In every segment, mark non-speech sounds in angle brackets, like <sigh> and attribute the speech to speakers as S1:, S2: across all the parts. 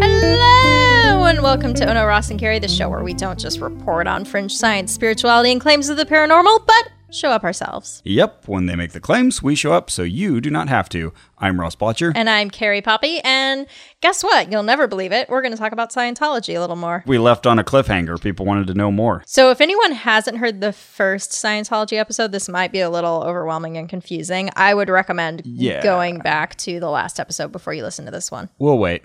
S1: Hello, and welcome to Ono Ross and Carrie, the show where we don't just report on fringe science, spirituality, and claims of the paranormal, but show up ourselves.
S2: Yep, when they make the claims, we show up so you do not have to. I'm Ross Blotcher.
S1: And I'm Carrie Poppy, and guess what? You'll never believe it. We're going to talk about Scientology a little more.
S2: we left on a cliffhanger. People wanted to know more.
S1: So, if anyone hasn't heard the first Scientology episode, this might be a little overwhelming and confusing. I would recommend
S2: Yeah.
S1: going back to the last episode before you listen to this one.
S2: We'll wait.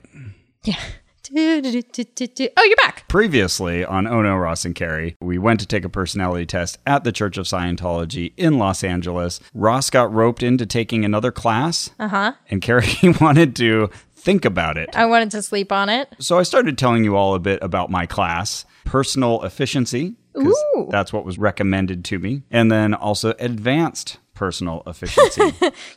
S1: Yeah. Do-do-do-do-do-do. <laughs> Oh, you're back.
S2: Previously on Ono, Ross, and Carrie, we went to take a personality test at the Church of Scientology in Los Angeles. Ross got roped into taking another class,
S1: Uh huh.
S2: and Carrie <laughs> wanted to think about it.
S1: I wanted to sleep on it.
S2: So I started telling you all a bit about my class, personal efficiency, 'cause
S1: Ooh.
S2: that's what was recommended to me, and then also advanced personal
S1: <laughs>
S2: efficiency.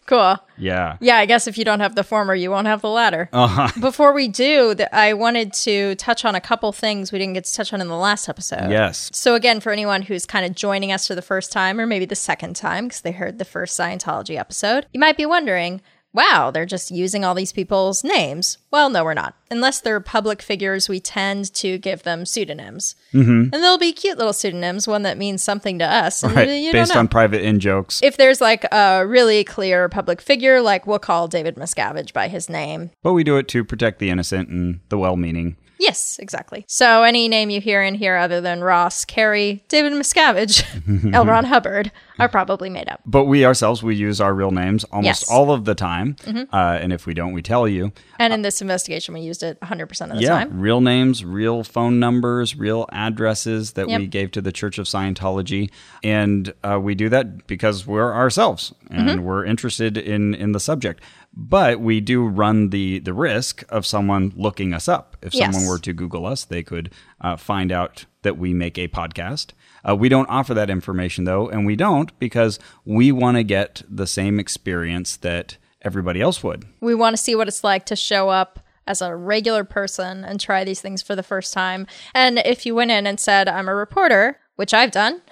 S1: Cool.
S2: yeah. Uh-huh.
S1: Yeah, I guess if you don't have the former, you won't have the latter. <laughs> Before we do, th- I wanted to touch on a couple things we didn't get to touch on in the last episode.
S2: Yes.
S1: So, again, for anyone who's kind of joining us for the first time or maybe the second time because they heard the first Scientology episode, you might be wondering, wow, they're just using all these people's names. Well, no, we're not. Unless they're public figures, we tend to give them pseudonyms. Mm-hmm. And they'll be cute little pseudonyms, one that means something to us. and
S2: <laughs> Right.
S1: you don't
S2: Based
S1: know.
S2: on private in jokes.
S1: if there's like a really clear public figure, like we'll call David Miscavige by his name.
S2: But we do it to protect the innocent and the well meaning.
S1: Yes, exactly. So any name you hear in here other than Ross, Carey, David Miscavige, L. Ron Hubbard are probably made up.
S2: But we ourselves, we use our real names almost
S1: Yes. Mm-hmm.
S2: all of the time. Uh, and if we don't, we tell you.
S1: And in this investigation, we used it 100% of the
S2: yeah.
S1: time.
S2: Real names, real phone numbers, real addresses that we
S1: Yep.
S2: gave to the Church of Scientology. And uh, we do that because we're ourselves and
S1: Mm-hmm.
S2: we're interested in, in the subject. But we do run the, the risk of someone looking us up. If
S1: Yes.
S2: someone were to Google us, they could uh, find out that we make a podcast. Uh, we don't offer that information though, and we don't because we want to get the same experience that everybody else would.
S1: We want to see what it's like to show up as a regular person and try these things for the first time. And if you went in and said, I'm a reporter, which I've done,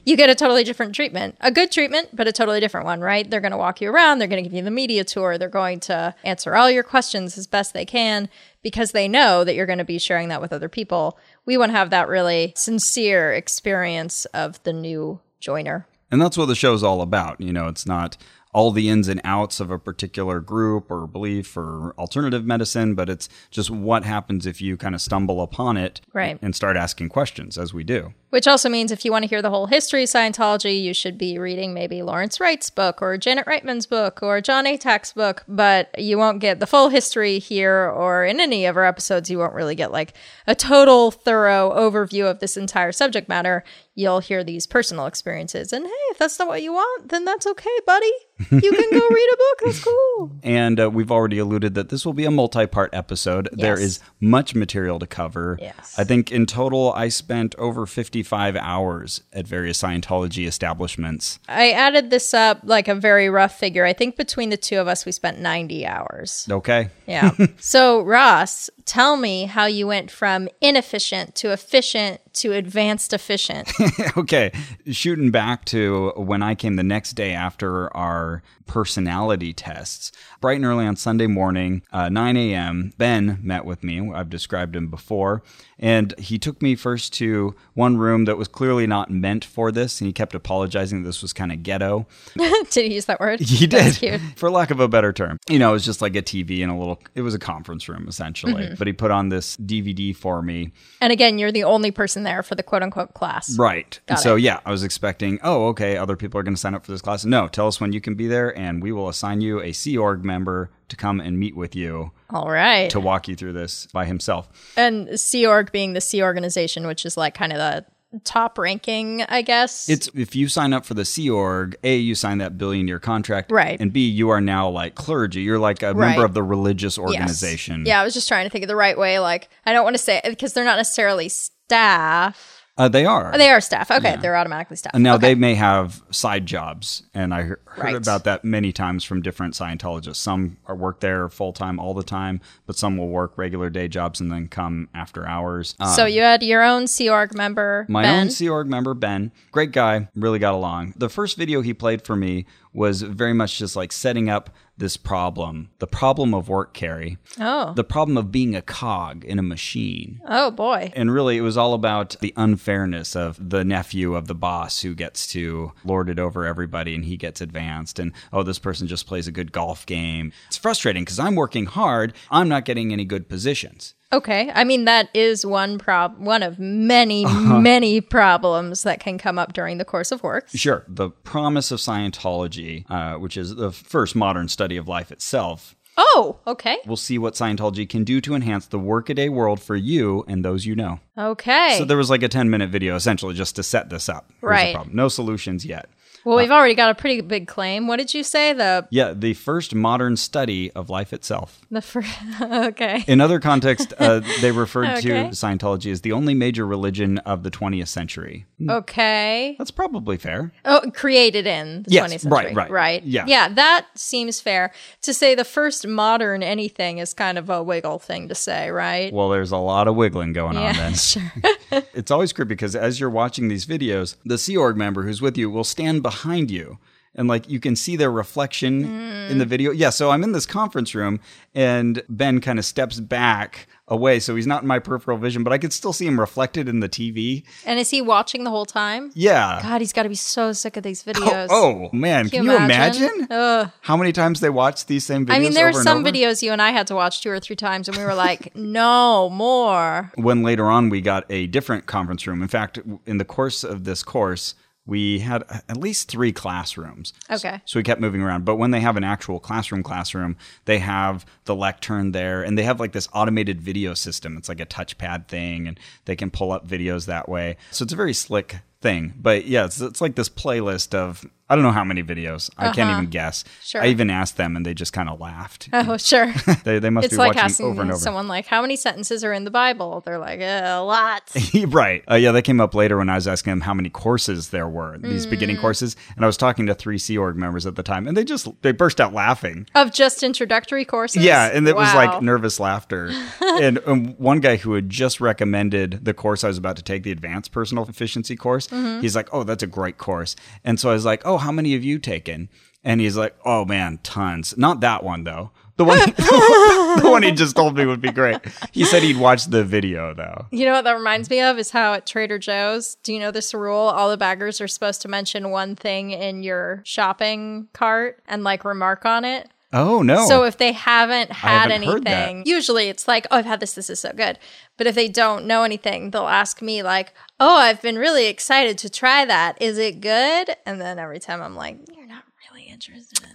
S1: <laughs> you get a totally different treatment. A good treatment, but a totally different one, right? They're going to walk you around, they're going to give you the media tour, they're going to answer all your questions as best they can because they know that you're going to be sharing that with other people. We want to have that really sincere experience of the new joiner.
S2: And that's what the show's all about. You know, it's not all the ins and outs of a particular group or belief or alternative medicine, but it's just what happens if you kind of stumble upon it
S1: Right.
S2: and start asking questions as we do.
S1: Which also means if you want to hear the whole history of Scientology, you should be reading maybe Lawrence Wright's book or Janet Reitman's book or John Atack's book, but you won't get the full history here or in any of our episodes. You won't really get like a total, thorough overview of this entire subject matter. You'll hear these personal experiences. And hey, if that's not what you want, then that's okay, buddy. You can go read a book. That's cool.
S2: And uh, we've already alluded that this will be a multi part episode. There
S1: Yes.
S2: is much material to cover.
S1: Yes.
S2: I think in total, I spent over 55 hours at various Scientology establishments.
S1: I added this up like a very rough figure. I think between the two of us, we spent 90 hours.
S2: Okay. <laughs>
S1: Yeah. so, Ross, tell me how you went from inefficient to efficient to advanced
S2: <laughs>
S1: efficient. <laughs>
S2: okay. Shooting back to when I came the next day after our personality tests, bright and early on Sunday morning, uh, 9 a.m., Ben met with me. I've described him before. And he took me first to one room that was clearly not meant for this. And he kept apologizing that this was kind of ghetto. <laughs>
S1: did you use that word?
S2: He did,
S1: That's cute.
S2: <laughs> for lack of a better term. You know, it was just like a TV and a little, it was a conference room essentially.
S1: Mm-hmm.
S2: But he put on this DVD for me.
S1: And again, you're the only person there for the quote unquote class.
S2: Right.
S1: Got
S2: so
S1: it.
S2: yeah, I was expecting, oh, okay, other people are going to sign up for this class. No, tell us when you can be there and we will assign you a Sea Org member to come and meet with you
S1: All right.
S2: to walk you through this by himself.
S1: and Sea Org being the Sea organization, which is like kind of the top ranking, I guess.
S2: It's if you sign up for the Sea Org, A, you sign that billion year contract.
S1: Right.
S2: And B, you are now like clergy. You're like a
S1: Right.
S2: member of the religious
S1: Yes.
S2: organization.
S1: Yeah, I was just trying to think of the right way. Like, I don't want to say because they're not necessarily staff.
S2: Uh, they are.
S1: They are staff. Okay, they're automatically staff.
S2: Now
S1: okay.
S2: they may have side jobs, and I he- heard
S1: Right.
S2: about that many times from different Scientologists. Some are work there full time all the time, but some will work regular day jobs and then come after hours. Uh,
S1: so you had your own Sea Org member,
S2: my
S1: Ben.
S2: own Sea Org member Ben, great guy, really got along. The first video he played for me was very much just like setting up this problem, the problem of work carry,
S1: oh,
S2: the problem of being a cog in a machine.
S1: oh boy.
S2: And really, it was all about the unfairness of the nephew of the boss who gets to lord it over everybody and he gets advanced. And oh, this person just plays a good golf game. It's frustrating because I'm working hard, I'm not getting any good positions.
S1: Okay, I mean that is one prob one of many
S2: Uh-huh.
S1: many problems that can come up during the course of work.
S2: Sure. The promise of Scientology, uh, which is the first modern study of life itself,
S1: Oh, okay,
S2: we'll see what Scientology can do to enhance the workaday world for you and those you know.
S1: okay.
S2: So there was like a 10 minute video essentially just to set this up. Here's the
S1: Right.
S2: problem. No solutions yet.
S1: well, we've already got a pretty big claim. What did you say? The
S2: Yeah, the first modern study of life itself.
S1: the fir- <laughs> okay.
S2: In other context,
S1: <laughs>
S2: uh, they referred to
S1: Okay.
S2: Scientology as the only major religion of the 20th century.
S1: Okay.
S2: That's probably fair.
S1: Oh, created in the
S2: Yes,
S1: 20th
S2: right,
S1: century.
S2: right, yeah.
S1: Yeah, that seems fair. To say the first modern anything is kind of a wiggle thing to say, right?
S2: Well, there's a lot of wiggling going on
S1: yeah, <laughs>
S2: then.
S1: sure.
S2: <laughs> It's always creepy because as you're watching these videos, the Sea Org member who's with you will stand behind you. And like you can see their reflection in the
S1: Mm.
S2: video. Yeah, so I'm in this conference room and Ben kind of steps back away. So he's not in my peripheral vision, but I can still see him reflected in the TV.
S1: And is he watching the whole time?
S2: Yeah.
S1: God, he's got to be so sick of these videos.
S2: <laughs> Oh man, can,
S1: you
S2: you imagine,
S1: imagine? Ugh.
S2: how many times they watch these same videos?
S1: I mean, there are
S2: over and
S1: some
S2: over?
S1: videos you and I had to watch two or three times, and we were like, <laughs> no more.
S2: When later on we got a different conference room. In fact, w- in the course of this course, we had a- at least three classrooms.
S1: Okay.
S2: So we kept moving around. But when they have an actual classroom classroom, they have the lectern there and they have like this automated video system. It's like a touchpad thing and they can pull up videos that way. So it's a very slick thing. But yeah, it's, it's like this playlist of I don't know how many videos. I can't even guess.
S1: Uh-huh. Sure.
S2: I even asked them and they just kind of laughed.
S1: Oh, <laughs>
S2: <laughs>
S1: sure.
S2: they, they must
S1: It's
S2: be
S1: like
S2: watching
S1: asking
S2: over and over.
S1: someone, like, how many sentences are in the Bible? They're like, eh, a lot.
S2: <laughs> right. Uh, yeah, they came up later when I was asking them how many courses there were, these beginning
S1: Mm.
S2: courses. And I was talking to three Sea Org members at the time, and they just they burst out laughing.
S1: of just introductory courses?
S2: Yeah, and it was
S1: Wow.
S2: like
S1: <laughs>
S2: nervous laughter. and um, one guy who had just recommended the course I was about to take, the advanced personal efficiency course,
S1: Mm-hmm.
S2: he's like, "Oh, that's a great course." And so I was like, "Oh, how many have you taken?" And he's like, "Oh man, tons. Not that one though. The one, <laughs> the one he just told me would be great." He said he'd watched the video though.
S1: <laughs> You know what that reminds me of is how at Trader Joe's, do you know this rule? All the baggers are supposed to mention one thing in your shopping cart and like remark on it.
S2: Oh no.
S1: So if they haven't had
S2: haven't heard that.
S1: anything, usually it's like, oh, I've had this. This is so good. But if they don't know anything, they'll ask me, like, oh, I've been really excited to try that. Is it good? And then every time I'm like, you're not really interested.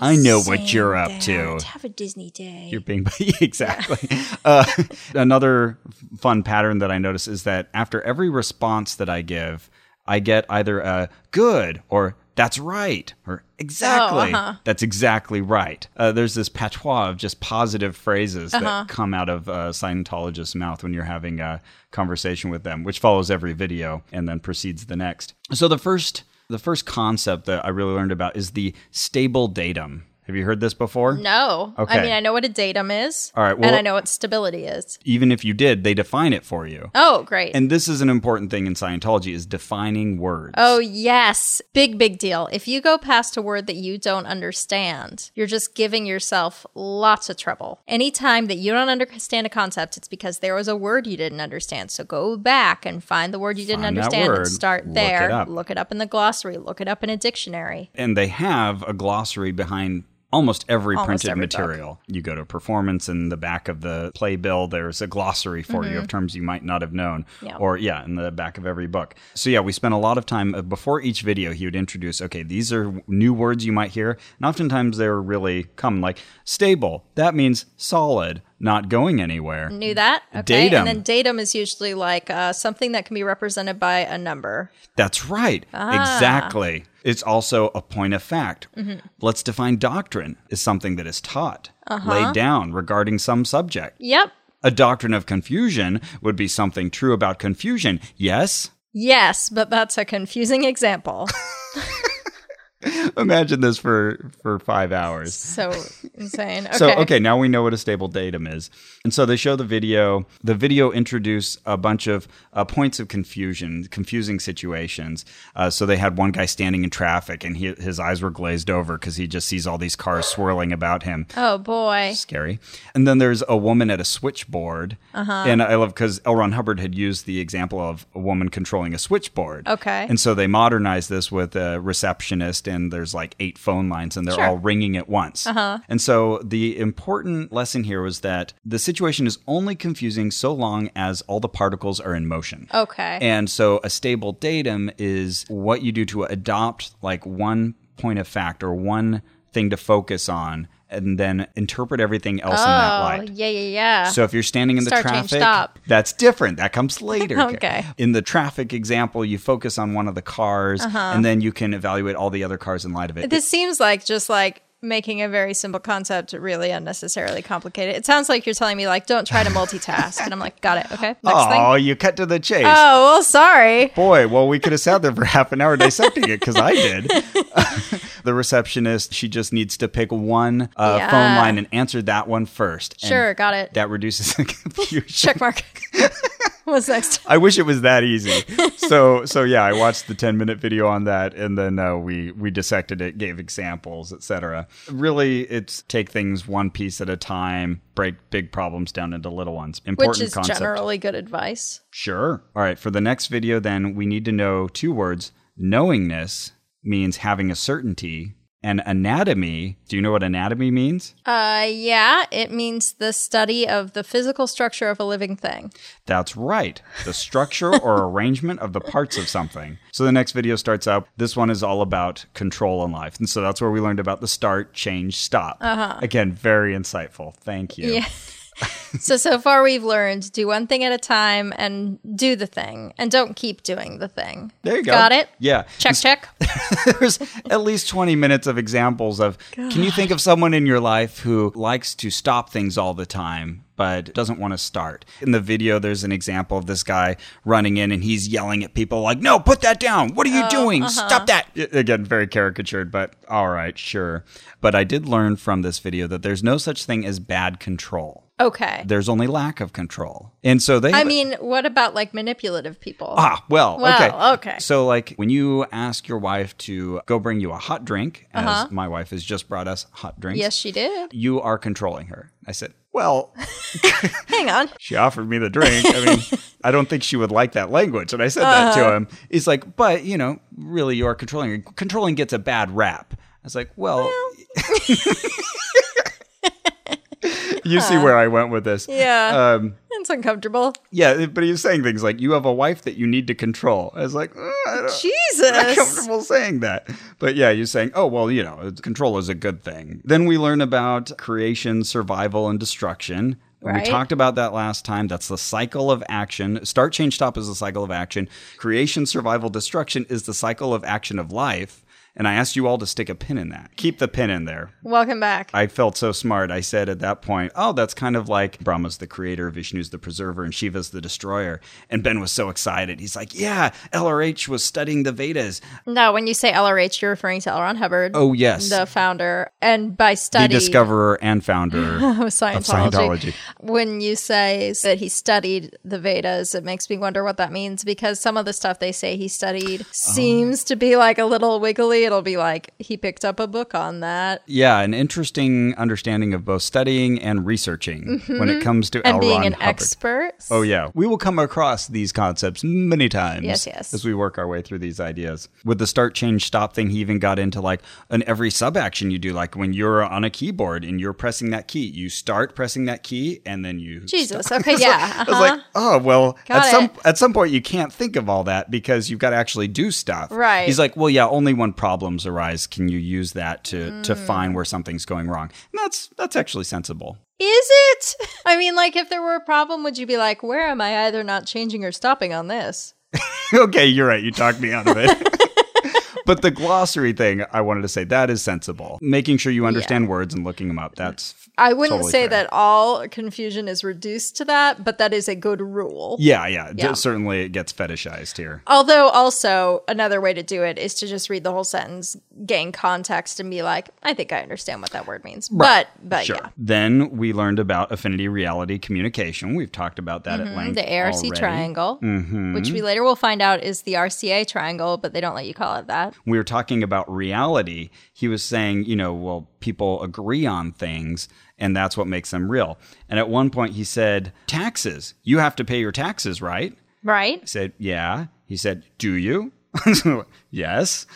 S2: I know what you're up to.
S1: Have a Disney day.
S2: You're being <laughs> exactly. <laughs> uh, another f- fun pattern that I notice is that after every response that I give, I get either a good or that's right or exactly
S1: uh-huh.
S2: that's exactly right. Uh, there's this patois of just positive phrases that come out of uh, Scientologist's mouth when you're having a conversation with them, which follows every video and then precedes the next. So the first the first concept that I really learned about is the stable datum. Have you heard this before?
S1: no. I
S2: Okay.
S1: mean, I know what a datum is.
S2: All right,
S1: and
S2: well-
S1: I know what stability is.
S2: even if you did, they define it for you.
S1: Oh, great.
S2: And this is an important thing in Scientology is defining words.
S1: Oh, yes. Big, big deal. If you go past a word that you don't understand, you're just giving yourself lots of trouble. Anytime that you don't understand a concept, it's because there was a word you didn't understand. So go back and find the word you didn't
S2: Find that
S1: understand and
S2: word.
S1: start
S2: Look
S1: there.
S2: it up.
S1: Look it up in the glossary, look it up in a dictionary.
S2: And they have a glossary behind almost every printed
S1: every book.
S2: material. You go to a performance in the back of the playbill, there's a glossary for you of terms you might not have known.
S1: Mm-hmm. Yeah.
S2: Or yeah, in the back of every book. So yeah, we spent a lot of time uh, before each video he would introduce, okay, these are w- new words you might hear. And oftentimes they were really common like stable. That means solid, not going anywhere.
S1: Knew that? Okay. And
S2: Datum.
S1: then datum is usually like uh, something that can be represented by a number.
S2: That's right. Exactly. It's also a point of fact. Let's define doctrine is something that is taught, laid down regarding some subject.
S1: Yep.
S2: A doctrine of confusion would be something true about confusion. Yes? <laughs>
S1: Yes, but that's a confusing <laughs> example.
S2: Imagine this for, for five hours.
S1: so insane. Okay.
S2: So okay, now we know what a stable datum is. And so they show the video. The video introduced a bunch of uh, points of confusion, confusing situations. Uh, so they had one guy standing in traffic, and he, his eyes were glazed over because he just sees all these cars swirling about him.
S1: Oh boy.
S2: Scary. And then there's a woman at a switchboard,
S1: Uh-huh.
S2: and I love because L. Ron Hubbard had used the example of a woman controlling a switchboard.
S1: Okay.
S2: And so they modernized this with a receptionist, and there's like eight phone lines, and they're
S1: Sure.
S2: all ringing at once. Uh-huh. And so the important lesson here was that the situation is only confusing so long as all the particles are in motion.
S1: Okay.
S2: And so a stable datum is what you do to adopt like one point of fact or one thing to focus on and then interpret everything else in that
S1: oh,
S2: light.
S1: yeah, yeah, yeah.
S2: So if you're standing in the
S1: Start,
S2: traffic,
S1: change, stop.
S2: that's different. That comes
S1: <laughs>
S2: later.
S1: Okay.
S2: In the traffic example, you focus on one of the cars and then you can evaluate all the other cars in light of it.
S1: Uh-huh. this seems like just like making a very simple concept really unnecessarily complicated. It sounds like you're telling me like don't try to multitask and I'm like got it. Okay. Next thing.
S2: oh, you cut to the chase.
S1: Oh, well, sorry.
S2: Boy, well, we could have sat there for <laughs> half an hour dissecting it because I
S1: <laughs>
S2: did. the receptionist, she just needs to pick one uh,
S1: Yeah.
S2: phone line and answer that one first. And
S1: Sure, got it.
S2: That reduces
S1: <laughs>
S2: the confusion.
S1: Check mark. <laughs> What's next?
S2: I wish it was that easy.
S1: <laughs>
S2: So, so yeah, I watched the ten minute video on that, and then uh, we we dissected it, gave examples, etc. Really, it's take things one piece at a time, break big problems down into little ones. Important
S1: Which is
S2: concept.
S1: generally good advice.
S2: Sure. All right. For the next video, then, we need to know two words. Knowingness means having a certainty, and anatomy. Do you know what anatomy means?
S1: Uh yeah, it means the study of the physical structure of a living thing.
S2: That's right. The structure
S1: <laughs>
S2: or arrangement of the parts of something. So the next video starts out. This one is all about control in life. And so that's where we learned about the start, change, stop. Uh-huh. Again, very insightful. Thank you.
S1: Yeah. So so far we've learned do one thing at a time and do the thing and don't keep doing the thing.
S2: There you go.
S1: Got it?
S2: Yeah.
S1: Check check.
S2: <laughs> there's at least 20 minutes of examples of can you think of someone in your life who likes to stop things all the time but doesn't want to start in the video there's an example of this guy running in and he's yelling at people like no put that down what are you doing stop that I- again very caricatured but all right sure but i did learn from this video that there's no such thing as bad control
S1: Okay.
S2: there's only lack of control and so they
S1: I mean, what about like manipulative people?
S2: Ah, well,
S1: Well,
S2: okay.
S1: okay.
S2: So, like, when you ask your wife to go bring you a hot drink, as my wife has just brought us hot drinks,
S1: Uh-huh. yes, she did.
S2: you are controlling her. I said, well,
S1: <laughs> Hang on.
S2: she offered me the drink. I mean, I don't think she would like that language. And I said that
S1: Uh-huh.
S2: to him. He's like, but, you know, really, you are controlling her. Controlling gets a bad rap. I was like, well, <laughs> you see where I went with this.
S1: Uh-huh. Yeah.
S2: Um,
S1: It's uncomfortable.
S2: yeah, but he was saying things like, you have a wife that you need to control. I was like, "Uh, I don't, not
S1: Jesus.
S2: comfortable saying that. But yeah, you're saying, oh, well, you know, it's- control is a good thing. Then we learn about creation, survival, and destruction.
S1: Right.
S2: We talked about that last time. That's the cycle of action. Start, change, stop is the cycle of action. Creation, survival, destruction is the cycle of action of life. And I asked you all to stick a pin in that. Keep the pin in there.
S1: <laughs> Welcome back.
S2: I felt so smart. I said at that point, oh, that's kind of like Brahma's the creator, Vishnu's the preserver, and Shiva's the destroyer. And Ben was so excited. He's like, yeah, LRH was studying the Vedas.
S1: no, when you say LRH, you're referring to L. Ron Hubbard.
S2: Oh, yes.
S1: The founder. And by
S2: the
S1: study Oh,
S2: discoverer
S1: <laughs>
S2: and founder.
S1: of, Scientology,
S2: Scientology.
S1: When you say that he studied the Vedas, it makes me wonder what that means because some of the stuff they say he
S2: Oh.
S1: studied seems to be like a little wiggly. It'll be like he picked up a book on that.
S2: yeah, an interesting understanding of both studying and researching when it comes to
S1: Mm-hmm. And
S2: L.
S1: being
S2: Ron
S1: an
S2: Hubbard.
S1: expert.
S2: Oh, yeah. We will come across these concepts many times
S1: Yes, yes.
S2: as we work our way through these ideas. With the start, change, stop thing, he even got into like an every sub action you do. Like when you're on a keyboard and you're pressing that key, you start pressing that key and then you.
S1: Jesus. Okay, yeah. <laughs>
S2: <laughs> I was like, oh well.
S1: Uh-huh. Got
S2: at some
S1: it.
S2: at some point, you can't think of all that because you've got to actually do stuff.
S1: Right.
S2: He's like, well, yeah. Only when problems arise can you use that to to
S1: Hmm.
S2: find where something's going wrong. And that's that's actually sensible. <laughs>
S1: Is it? <laughs> I mean, like, if there were a problem, would you be like, where am I either not changing or stopping on this? <laughs>
S2: okay, you're right. You talked me out of it. but the glossary thing, I wanted to say that is sensible. Making sure you understand words and looking them up. That's
S1: I wouldn't
S2: Totally
S1: say
S2: fair.
S1: that all confusion is reduced to that, but that is a good rule.
S2: yeah, yeah. d-
S1: Yeah.
S2: certainly, it gets fetishized here.
S1: Although, also, another way to do it is to just read the whole sentence, gain context, and be like, I think I understand what that word means. But, but
S2: Sure.
S1: Uh, yeah.
S2: Then we learned about affinity reality communication. We've talked about that at length.
S1: Mm-hmm, The ARC
S2: already. Mm-hmm.
S1: triangle, which we later will find out is the RCA triangle, but they don't let you call it that.
S2: we were talking about reality, he was saying, you know, well, people agree on things and that's what makes them real. And at one point he said, taxes. You have to pay your taxes, right? I
S1: Right?
S2: said, yeah. He said, do you? <laughs> yes.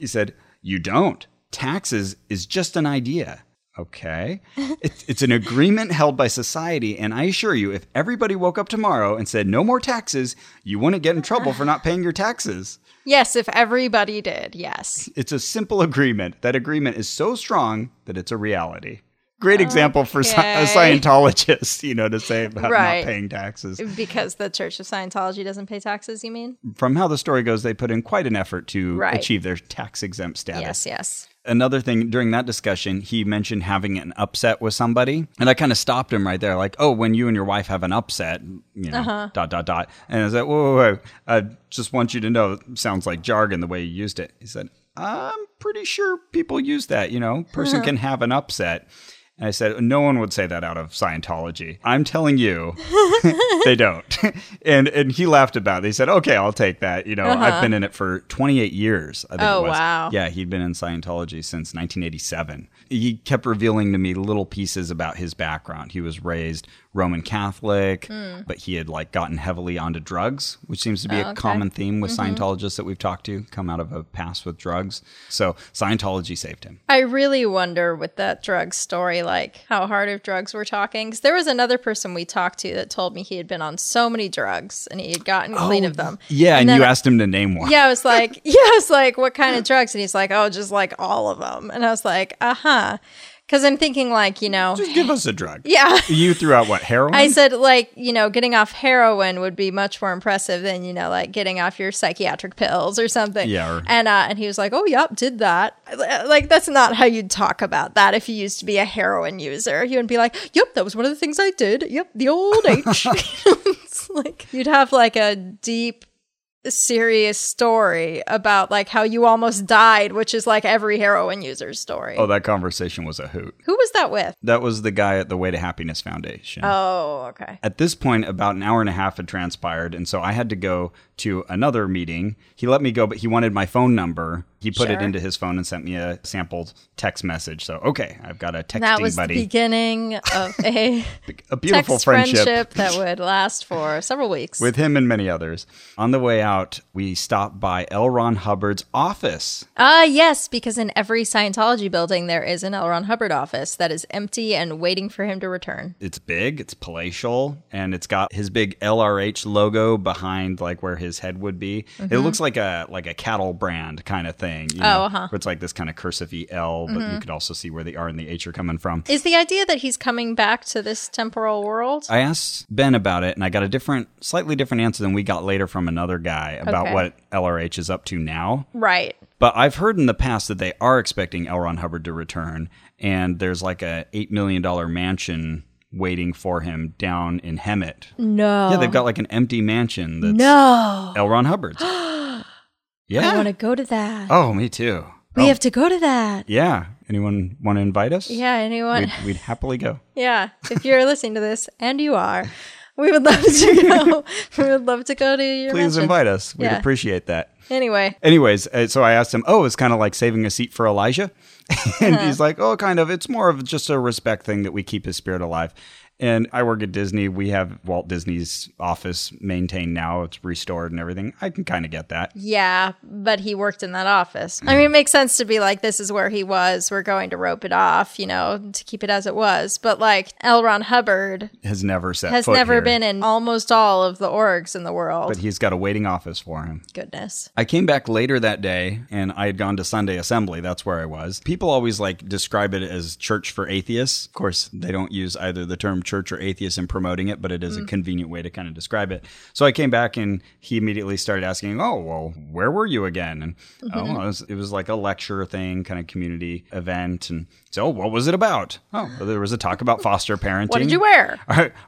S2: he said, you don't. Taxes is just an idea. Okay. It's, it's an agreement held by society. And I assure you, if everybody woke up tomorrow and said, no more taxes, you wouldn't get in trouble for not paying your taxes.
S1: Yes, if everybody did. Yes.
S2: It's a simple agreement. That agreement is so strong that it's a reality. Great example for sci- a
S1: Oh, Okay.
S2: Scientologist, you know, to say about
S1: Right.
S2: not paying taxes.
S1: Because the Church of Scientology doesn't pay taxes, you mean?
S2: From how the story goes, they put in quite an effort to
S1: Right.
S2: achieve their tax exempt status.
S1: Yes, yes.
S2: Another thing during that discussion, he mentioned having an upset with somebody. And I kind of stopped him right there, like, oh, when you and your wife have an upset, you know,
S1: Uh-huh.
S2: dot, dot, dot. And I was like, whoa, whoa, whoa. I just want you to know, it sounds like jargon the way you used it. He said, I'm pretty sure people use that, you know,
S1: Uh-huh.
S2: person can have an upset. And I said, no one would say that out of Scientology. I'm telling you, <laughs> they don't. <laughs> and and he laughed about it. He said, okay, I'll take that. You know, I've been in it for 28 years. I think
S1: Uh-huh. Oh,
S2: it was.
S1: wow.
S2: Yeah, he'd been in Scientology since 1987. He kept revealing to me little pieces about his background. He was raised Roman Catholic,
S1: Hmm.
S2: but he had like gotten heavily onto drugs, which seems to be
S1: Oh,
S2: a common theme with
S1: Mm-hmm.
S2: Scientologists that we've talked to come out of a past with drugs. So Scientology saved him.
S1: I really wonder with that drug story, like how hard of drugs we're talking. Because there was another person we talked to that told me he had been on so many drugs and he had gotten clean of them.
S2: Oh, Yeah, and,
S1: Um, then
S2: you asked him to name one.
S1: Yeah, I
S2: <laughs>
S1: was like, yeah, I was like, what kind of drugs? And he's like, oh, just like all of them. And I was like, uh huh. Because I'm thinking, like, you know,
S2: Just give us a drug.
S1: yeah.
S2: You threw out what heroin?
S1: I said, like, you know, getting off heroin would be much more impressive than, you know, like getting off your psychiatric pills or something.
S2: Yeah, or-
S1: and uh, and he was like, oh, yep, did that. Like, that's not how you'd talk about that if you used to be a heroin user. You would be like, yep, that was one of the things I did. Yep, the old
S2: <laughs>
S1: H. <laughs> it's like, you'd have like a deep, serious story about like how you almost died, which is like every heroin user's story.
S2: oh, that conversation was a hoot.
S1: Who was that with?
S2: That was the guy at the Way to Happiness Foundation.
S1: Oh, okay.
S2: At this point, about an hour and a half had transpired, and so I had to go to another meeting. He let me go, but he wanted my phone number. He put it
S1: Sure.
S2: into his phone and sent me a sampled text message. So, okay, I've got a texting
S1: That was
S2: buddy.
S1: the beginning of a
S2: a beautiful
S1: text
S2: friendship.
S1: that would last for several weeks.
S2: With him and many others. On the way out, we stopped by L. Ron Hubbard's office.
S1: Ah, yes, because in every Scientology building there is an L. Ron Hubbard office that is empty and waiting for him to return.
S2: It's big, it's palatial, and it's got his big LRH logo behind like where his head would be. It looks like a like a cattle brand kind of thing. You know,
S1: Mm-hmm. Oh, uh-huh. Mm-hmm.
S2: where it's like this kind of cursive L, but you could also see where the R and the H are coming from.
S1: Is the idea that he's coming back to this temporal world?
S2: I asked Ben about it, and I got a different, slightly different answer than we got later from another guy about
S1: Okay.
S2: what LRH is up to now.
S1: right.
S2: But I've heard in the past that they are expecting L. Ron Hubbard to return, and there's like a eight million dollar mansion waiting for him down in Hemet.
S1: No.
S2: Yeah, they've got like an empty mansion that's
S1: Um, no.
S2: L.
S1: <gasps>
S2: Ron Hubbard's.
S1: I
S2: yeah.
S1: want to go to that.
S2: Oh, me too.
S1: we have to go to that.
S2: Yeah. Anyone want to invite us?
S1: Yeah, anyone?
S2: We'd, we'd
S1: <laughs>
S2: happily go.
S1: Yeah, if you're listening to this, and you are, we would love
S2: <laughs>
S1: to go. we would love to go to your
S2: Please
S1: mansion.
S2: invite us. We'd
S1: Yeah.
S2: appreciate that.
S1: Anyway,
S2: Anyways, uh, so I asked him, "Oh, it's kind of like saving a seat for Elijah," <laughs> and
S1: Uh-huh.
S2: he's like, "Oh, kind of. It's more of just a respect thing that we keep his spirit alive." And I work at Disney. We have Walt Disney's office maintained now. It's restored and everything. I can kind of get that.
S1: yeah, but he worked in that office. I mean, it makes sense to be like, this is where he was. We're going to rope it off, you know, to keep it as it was. But like, L. Ron Hubbard
S2: Has never set
S1: has
S2: foot
S1: never
S2: here,
S1: been in almost all of the orgs in the world.
S2: but he's got a waiting office for him.
S1: Goodness.
S2: I came back later that day and I had gone to Sunday assembly. That's where I was. People always like describe it as church for atheists. Of course, they don't use either the term church or atheist in promoting it, but it
S1: Mm.
S2: is a convenient way to kind of describe it. So I came back and he immediately started asking, "Oh, well, where were you again?" And
S1: Mm-hmm.
S2: oh, it was, it was like a lecture thing, kind of community event, and so what was it about? Oh, well, there was a talk about foster parenting.
S1: What did you wear?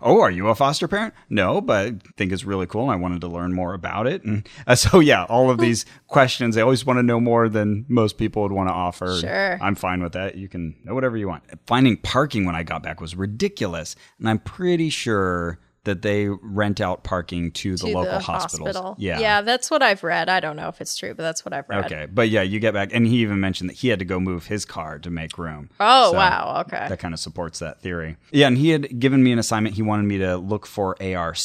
S2: oh, <laughs> are you a foster parent? No, but I think it's really cool. And I wanted to learn more about it. And uh, so, yeah, all
S1: Hmm.
S2: of these questions, they always want to know more than most people would want to offer. And
S1: Sure.
S2: I'm fine with that. You can know whatever you want. Finding parking when I got back was ridiculous. And I'm pretty sure that they rent out parking to
S1: To
S2: the local
S1: the
S2: hospitals.
S1: hospital. Yeah, that's what I've read. I don't know if it's true, but that's what I've read.
S2: Okay. But yeah, you get back. And he even mentioned that he had to go move his car to make room.
S1: Oh,
S2: So
S1: wow. Okay.
S2: That kind of supports that theory. Yeah. And he had given me an assignment. He wanted me to look for ARC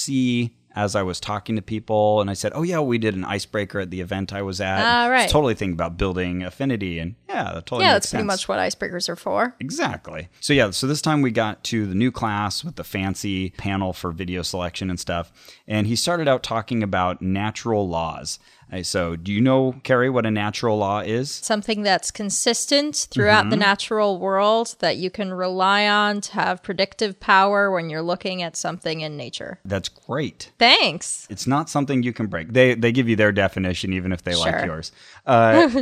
S2: as I was talking to people. And I said, Oh, yeah, we did an icebreaker at the event I was at.
S1: Ah, right.
S2: It's totally thinking about building affinity. And yeah, that totally
S1: yeah,
S2: makes
S1: that's pretty
S2: sense.
S1: much what icebreakers are for.
S2: Exactly. So yeah, so this time we got to the new class with the fancy panel for video selection and stuff, and he started out talking about natural laws. Uh, So, do you know, Carrie, what a natural law is?
S1: Something that's consistent throughout
S2: Mm-hmm.
S1: the natural world that you can rely on to have predictive power when you're looking at something in nature.
S2: That's great.
S1: Thanks.
S2: It's not something you can break. They they give you their definition, even if they like
S1: Sure.
S2: yours. Uh,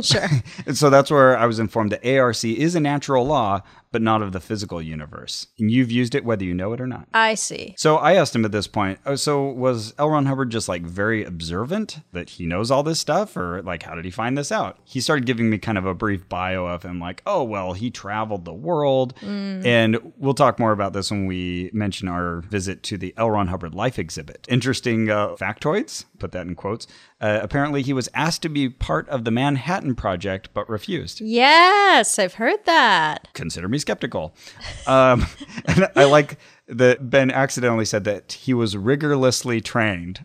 S1: <laughs> sure.
S2: And so that's where I was informed that ARC is a natural law, but not of the physical universe. And you've used it whether you know it or not.
S1: I see.
S2: So I asked him at this point, oh, so was L. Ron Hubbard just like very observant that he knows all this stuff, or like how did he find this out? He started giving me kind of a brief bio of him, like, oh, well, he traveled the world. And we'll talk more about this when we mention our visit to the L. Ron Hubbard Life exhibit. Interesting uh, factoids, put that in quotes. Uh, apparently, he was asked to be part of the Manhattan Project, but refused
S1: Yes, I've heard that.
S2: consider me skeptical. Um, <laughs> and I like that Ben accidentally said that he was rigorously trained.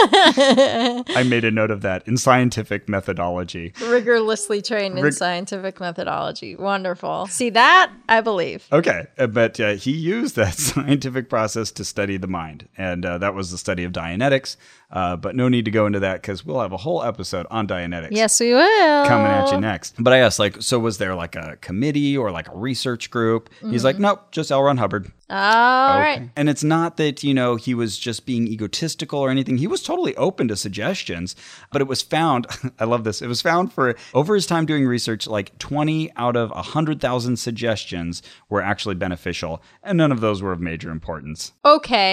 S2: I made a note of that in scientific methodology.
S1: Rigorously trained in
S2: Rig-
S1: scientific methodology. Wonderful. See that? I believe.
S2: Okay, uh, but uh, he used that <laughs> scientific process to study the mind, and uh, that was the study of Dianetics. Uh, but no need to go into that because we'll have a whole episode on Dianetics.
S1: Yes, we will.
S2: coming at you next. But I asked, like, so was there like a committee or like a research group? He's like, nope, just L. Ron Hubbard.
S1: All right.
S2: And it's not that, you know, he was just being egotistical or anything. He was totally open to suggestions, but it was found, <laughs> I love this, it was found for over his time doing research, like 20 out of 100,000 suggestions were actually beneficial, and none of those were of major importance.
S1: Okay.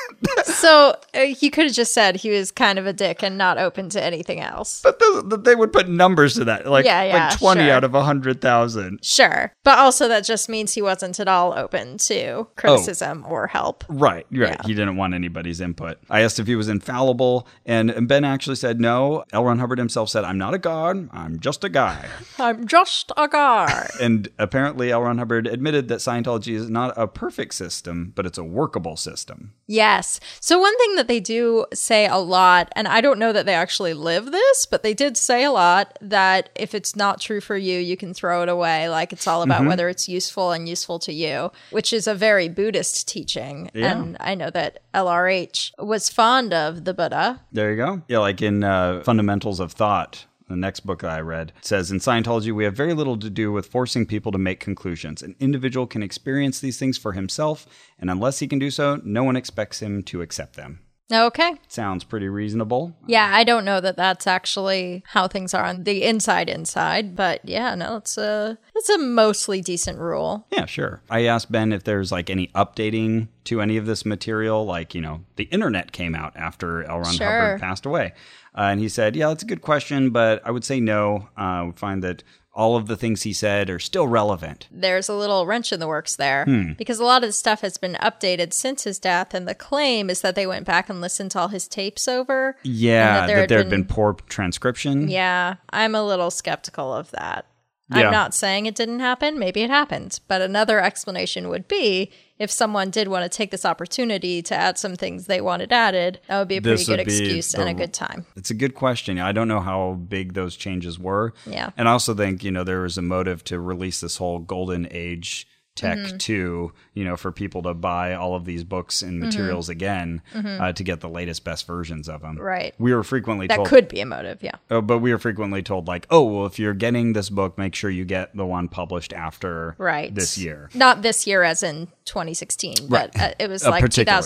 S2: <laughs>
S1: so uh, he could have just said he was kind of a dick and not open to anything else.
S2: But those, that they would put numbers to that, like,
S1: Yeah, yeah,
S2: like 20
S1: sure.
S2: out of 100,000.
S1: Sure. But also, that just means he wasn't at all open
S2: Oh.
S1: to criticism or help.
S2: Right, right.
S1: Yeah.
S2: He didn't want anybody's input. I asked if he was infallible, and and Ben actually said no. L. Ron Hubbard himself said, "I'm not a god. I'm just a guy."
S1: I'm just a guy.
S2: and apparently, L. Ron Hubbard admitted that Scientology is not a perfect system, but it's a workable system.
S1: yes. So, one thing that they do say a lot, and I don't know that they actually live this, but they did say a lot that if it's not true for you, you can throw it away. Like it's all about whether it's useful and useful to you, which is a very Buddhist teaching.
S2: Yeah.
S1: And I know that LRH was fond of the Buddha.
S2: There you go. Yeah, like in uh, Fundamentals of Thought, the next book that I read says in Scientology, we have very little to do with forcing people to make conclusions. An individual can experience these things for himself, and unless he can do so, no one expects him to accept them.
S1: Okay.
S2: Sounds pretty reasonable.
S1: Yeah, I don't know that that's actually how things are on the inside inside, but yeah, no, it's a it's a mostly decent rule.
S2: Yeah, sure. I asked Ben if there's like any updating to any of this material. Like, you know, the internet came out after L. Ron
S1: Sure.
S2: Hubbard passed away. Uh, and he said, yeah, that's a good question, but I would say no. Uh, we find that all of the things he said are still relevant.
S1: There's a little wrench in the works there
S2: Hmm.
S1: because a lot of the stuff has been updated since his death, and the claim is that they went back and listened to all his tapes over.
S2: Yeah,
S1: there
S2: that
S1: had
S2: there had been,
S1: been-
S2: poor transcription.
S1: Yeah, I'm a little skeptical of that.
S2: Yeah.
S1: I'm not saying it didn't happen. Maybe it happened. But another explanation would be if someone did want to take this opportunity to add some things they wanted added, that would be a pretty
S2: This
S1: good
S2: would be
S1: excuse and
S2: the-
S1: a good time.
S2: It's a good question. I don't know how big those changes were.
S1: Yeah.
S2: And I also think, you know, there was a motive to release this whole golden age tech
S1: Mm-hmm.
S2: too, you know, for people to buy all of these books
S1: Mm-hmm.
S2: and materials again uh, to get the latest, best versions of them.
S1: Right.
S2: We were frequently
S1: That
S2: told,
S1: could be a motive. Yeah.
S2: uh, but we were frequently told, like, oh, well, if you're getting this book, make sure you get the one published after
S1: Right.
S2: this year.
S1: Not this year as in 2016, but uh, it was
S2: A
S1: like
S2: particular-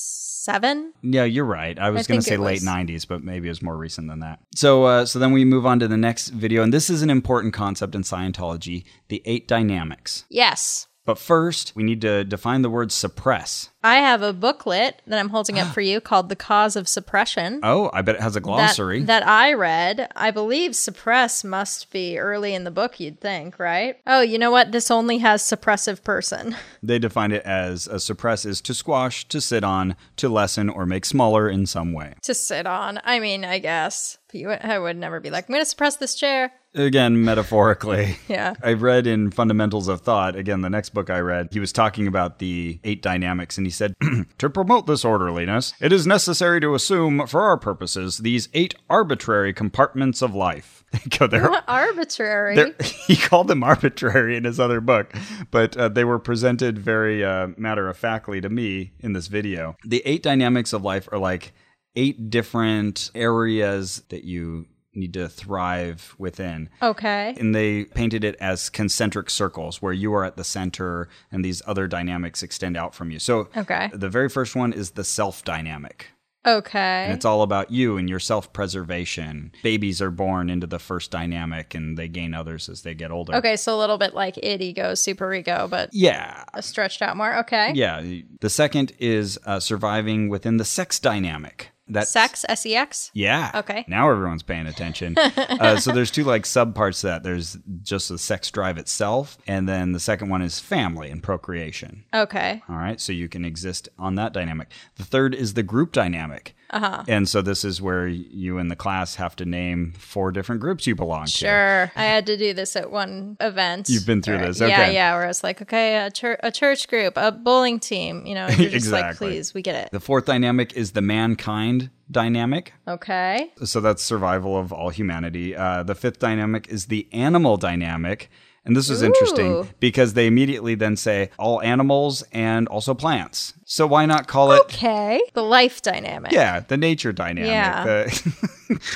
S1: 2007.
S2: Yeah, you're right. I was going to
S1: think
S2: say
S1: it
S2: late
S1: was.
S2: 90s, but maybe it was more recent than that. So, uh, so then we move on to the next video, and this is an important concept in Scientology: the eight dynamics.
S1: Yes.
S2: But first, we need to define the word suppress.
S1: I have a booklet that I'm holding
S2: <gasps>
S1: up for you called The Cause of Suppression.
S2: Oh, I bet it has
S1: that-
S2: a glossary.
S1: That, I read. I believe suppress must be early in the book, you'd think, right? Oh, you know what? This only has suppressive person. <laughs>
S2: they defined it as a suppress is to squash, to sit on, to lessen, or make smaller in some way.
S1: to sit on. I mean, I guess. But you, I would never be like, I'm going to suppress this chair. <laughs>
S2: Again, metaphorically.
S1: Yeah.
S2: I read in Fundamentals of Thought, again, the next book I read, he was talking about the eight dynamics, and he said, <clears throat> To promote this orderliness, it is necessary to assume, for our purposes, these eight arbitrary compartments of life. <laughs> Go there.
S1: Arbitrary.
S2: They're- <laughs> he called them arbitrary in his other book, but uh, they were presented very uh, matter of factly to me in this video. The eight dynamics of life are like eight different areas that you need to thrive within.
S1: okay.
S2: And they painted it as concentric circles where you are at the center and these other dynamics extend out from you. So,
S1: Okay.
S2: the very first one is the self dynamic.
S1: Okay.
S2: And it's all about you and your self preservation. Babies are born into the first dynamic and they gain others as they get older.
S1: okay. So a little bit like it ego, super ego, but
S2: Yeah.
S1: stretched out more. Okay.
S2: Yeah. The second is uh, surviving within the sex dynamic. That
S1: Sex, S E X.
S2: Yeah.
S1: Okay.
S2: Now everyone's
S1: <laughs>
S2: paying attention. uh, so there's two like subparts to that. There's just the sex drive itself, and then the second one is family and procreation.
S1: Okay.
S2: All right, so you can exist on that dynamic. The third is the group dynamic. Uh-huh. And so this is where you and the class have to name four different groups you belong to.
S1: Sure. I had to do this at one event.
S2: You've been through
S1: Where-
S2: this,
S1: Yeah.
S2: okay.
S1: Yeah. Where I was like, okay, a, chur- a church group, a bowling team. You know,
S2: <laughs>
S1: you're just like,
S2: Exactly.
S1: please, we get it.
S2: The fourth dynamic is the mankind dynamic.
S1: Okay.
S2: So that's survival of all humanity. Uh, the fifth dynamic is the animal dynamic. And this is
S1: Ooh.
S2: interesting because they immediately then say all animals and also plants. So why not call it,
S1: Okay. The life dynamic.
S2: yeah, the nature dynamic?
S1: Yeah.
S2: The,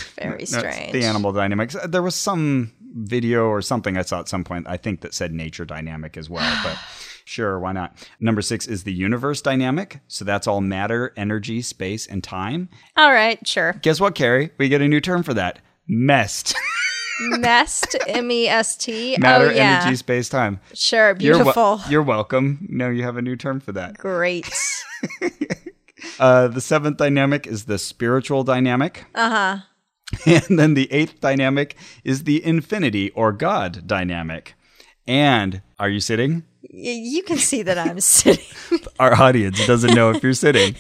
S2: <laughs>
S1: Very
S2: No, it's
S1: strange.
S2: the animal dynamics. Uh, There was some video or something I saw at some point, I think, that said nature dynamic as well,
S1: <sighs>
S2: but sure, why not? Number six is the universe dynamic. So that's all matter, energy, space, and time.
S1: All right. Sure.
S2: Guess what, Carrie? We get a new term for that <laughs> messed.
S1: Mest, <laughs> M E S T.
S2: matter,
S1: oh, yeah.
S2: energy, space, time.
S1: Sure,
S2: You're,
S1: beautiful.
S2: wel- you're welcome. No, you have a new term for that.
S1: Great.
S2: Uh, the seventh dynamic is the spiritual dynamic. Uh
S1: Uh-huh.
S2: huh. <laughs> And then the eighth dynamic is the infinity or God dynamic. And are you sitting?
S1: Y- you can see that
S2: <laughs>
S1: I'm sitting.
S2: Our audience doesn't know if
S1: <laughs>
S2: you're sitting.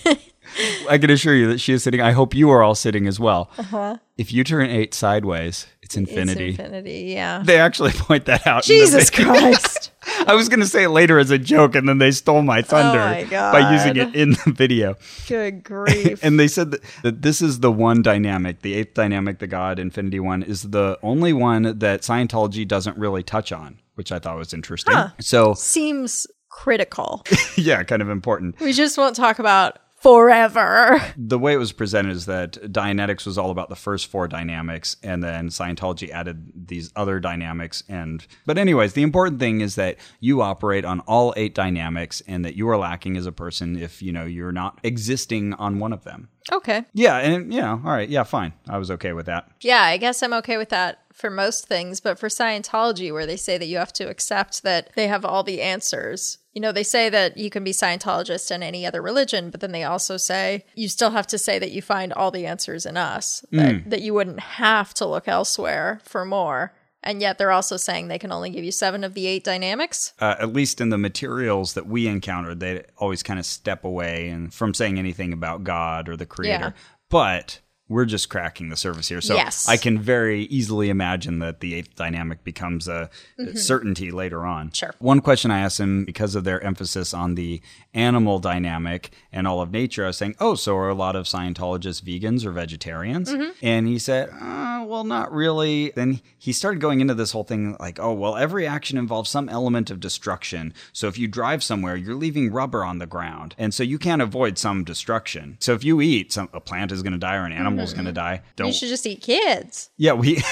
S2: I can assure you that she is sitting. I hope you are all sitting as well. Uh-huh. If you turn eight sideways, it's infinity.
S1: It's infinity, yeah.
S2: they actually <laughs> point that out. in the
S1: <laughs> Jesus
S2: video. <laughs>
S1: Christ.
S2: I was going to say it later as a joke, and then they stole my thunder
S1: Oh my
S2: by using
S1: God.
S2: it in the video.
S1: Good
S2: <laughs>
S1: grief.
S2: And they said that, that this is the one dynamic, the eighth dynamic, the God Infinity one, is the only one that Scientology doesn't really touch on, which I thought was interesting. So, <laughs>
S1: Seems critical.
S2: yeah, kind of important.
S1: We just won't talk about forever.
S2: <laughs> The way it was presented is that Dianetics was all about the first four dynamics, and then Scientology added these other dynamics. And but, anyways, the important thing is that you operate on all eight dynamics, and that you are lacking as a person if you know you're not existing on one of them.
S1: Okay.
S2: Yeah, and you know, all right, yeah, fine. I was okay with that.
S1: Yeah, I guess I'm okay with that for most things, but for Scientology, where they say that you have to accept that they have all the answers. You know, they say that you can be Scientologist in any other religion, but then they also say you still have to say that you find all the answers in us, that,
S2: Hmm.
S1: that you wouldn't have to look elsewhere for more. And yet they're also saying they can only give you seven of the eight dynamics.
S2: uh, at least in the materials that we encountered, they always kind of step away and from saying anything about God or the creator.
S1: Yeah.
S2: But we're just cracking the surface here. So
S1: Yes.
S2: I can very easily imagine that the eighth dynamic becomes a certainty later on.
S1: Mm-hmm. Sure.
S2: One question I asked him because of their emphasis on the animal dynamic and all of nature, I was saying, "Oh, so are a lot of Scientologists vegans or vegetarians?"
S1: Mm-hmm.
S2: And he said, uh, "Well, not really." Then he started going into this whole thing like, "Oh, well, every action involves some element of destruction. So if you drive somewhere, you're leaving rubber on the ground, and so you can't avoid some destruction. So if you eat, some a plant is going to die or an animal
S1: Mm-hmm.
S2: is going to die.
S1: You
S2: Don't
S1: should just eat kids.
S2: yeah, we. <laughs>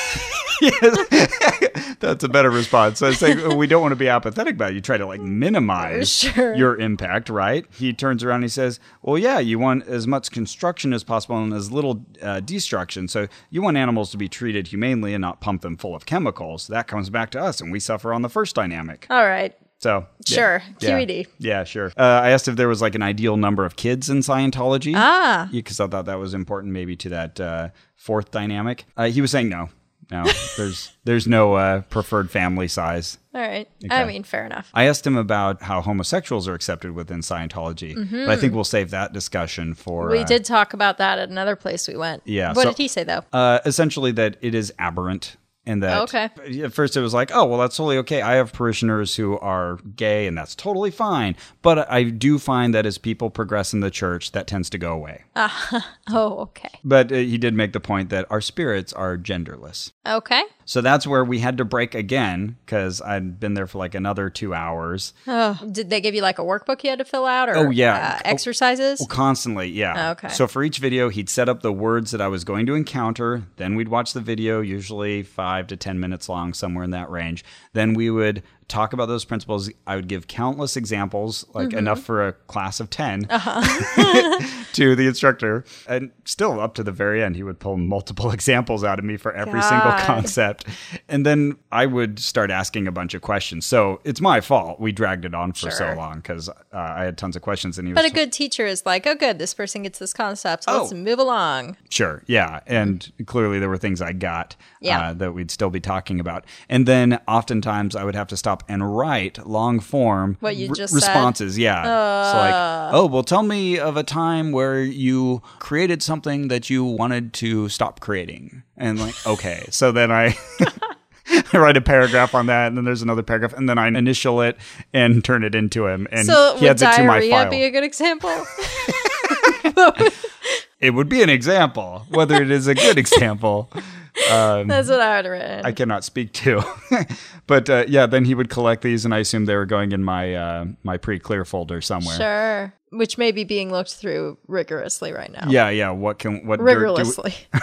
S2: Yes. That's a better response. So it's like we don't want to be apathetic about it. You try to like minimize
S1: Sure.
S2: your impact, right? He turns around and he says, "Well, yeah, you want as much construction as possible and as little uh, destruction. So you want animals to be treated humanely and not pump them full of chemicals. That comes back to us, and we suffer on the first dynamic.
S1: All right.
S2: So yeah.
S1: Sure.
S2: Yeah.
S1: QED.
S2: Yeah, sure. Uh, I asked if there was like an ideal number of kids in Scientology.
S1: Ah.
S2: Because I thought that was important maybe to that uh, fourth dynamic. Uh, he was saying no.
S1: <laughs>
S2: No, there's there's no uh, preferred family size.
S1: All right.
S2: Okay.
S1: I mean, fair enough.
S2: I asked him about how homosexuals are accepted within Scientology, but I think we'll save that discussion for.
S1: Mm-hmm. We
S2: uh,
S1: did talk about that at another place we went.
S2: Yeah,
S1: What
S2: so-
S1: did he say though?
S2: uh, essentially that it is aberrant and that
S1: Okay.
S2: at first it was like oh well that's totally okay i have parishioners who are gay and that's totally fine but i do find that as people progress in the church that tends to go away
S1: Oh, okay.
S2: but uh, he did make the point that our spirits are genderless
S1: Okay.
S2: so that's where we had to break again because i'd been there for like another two hours
S1: Oh, did they give you like a workbook you had to fill out or
S2: Oh, yeah.
S1: uh,
S2: Oh.
S1: exercises?
S2: Constantly, yeah.
S1: Oh, Okay.
S2: So for each video, he'd set up the words that I was going to encounter. Then we'd watch the video, usually five to 10 minutes long, somewhere in that range. Then we would talk about those principles. I would give countless examples, like
S1: Mm-hmm.
S2: enough for a class of 10
S1: Uh-huh.
S2: <laughs> to the instructor. And still up to the very end, he would pull multiple <laughs> examples out of me for every single
S1: God.
S2: concept. And then I would start asking a bunch of questions. So it's my fault. We dragged it on for so
S1: Sure.
S2: long because uh, I had tons of questions and he was
S1: But a good teacher is like, oh, good, this person gets this concept. Let's
S2: Oh.
S1: move along.
S2: Sure. Yeah. And clearly there were things I got
S1: Mm-hmm. Yeah.
S2: uh, that we'd still be talking about. And then oftentimes I would have to stop and write long form
S1: What you just said? Uh.
S2: responses. Yeah. so like, oh, well, tell me of a time where you created something that you wanted to stop creating.
S1: <laughs>
S2: And like, okay. so then I. <laughs> I write a paragraph on that, and then there's another paragraph, and then I initial it and <laughs> turn it into him, and
S1: So
S2: he
S1: would
S2: adds it to my
S1: diarrhea
S2: file. Mm-hmm.
S1: be a good
S2: <laughs>
S1: example?
S2: it would be an example, whether it is
S1: <laughs>
S2: a good example.
S1: That's what I would have written.
S2: I cannot speak to. <laughs> but uh, yeah, then he would collect these, and I assumed they were going in my uh, my pre clear folder somewhere.
S1: sure. Which may be being looked through rigorously right now.
S2: Yeah, yeah. What can what dirt do <laughs>
S1: Rigorously.
S2: we,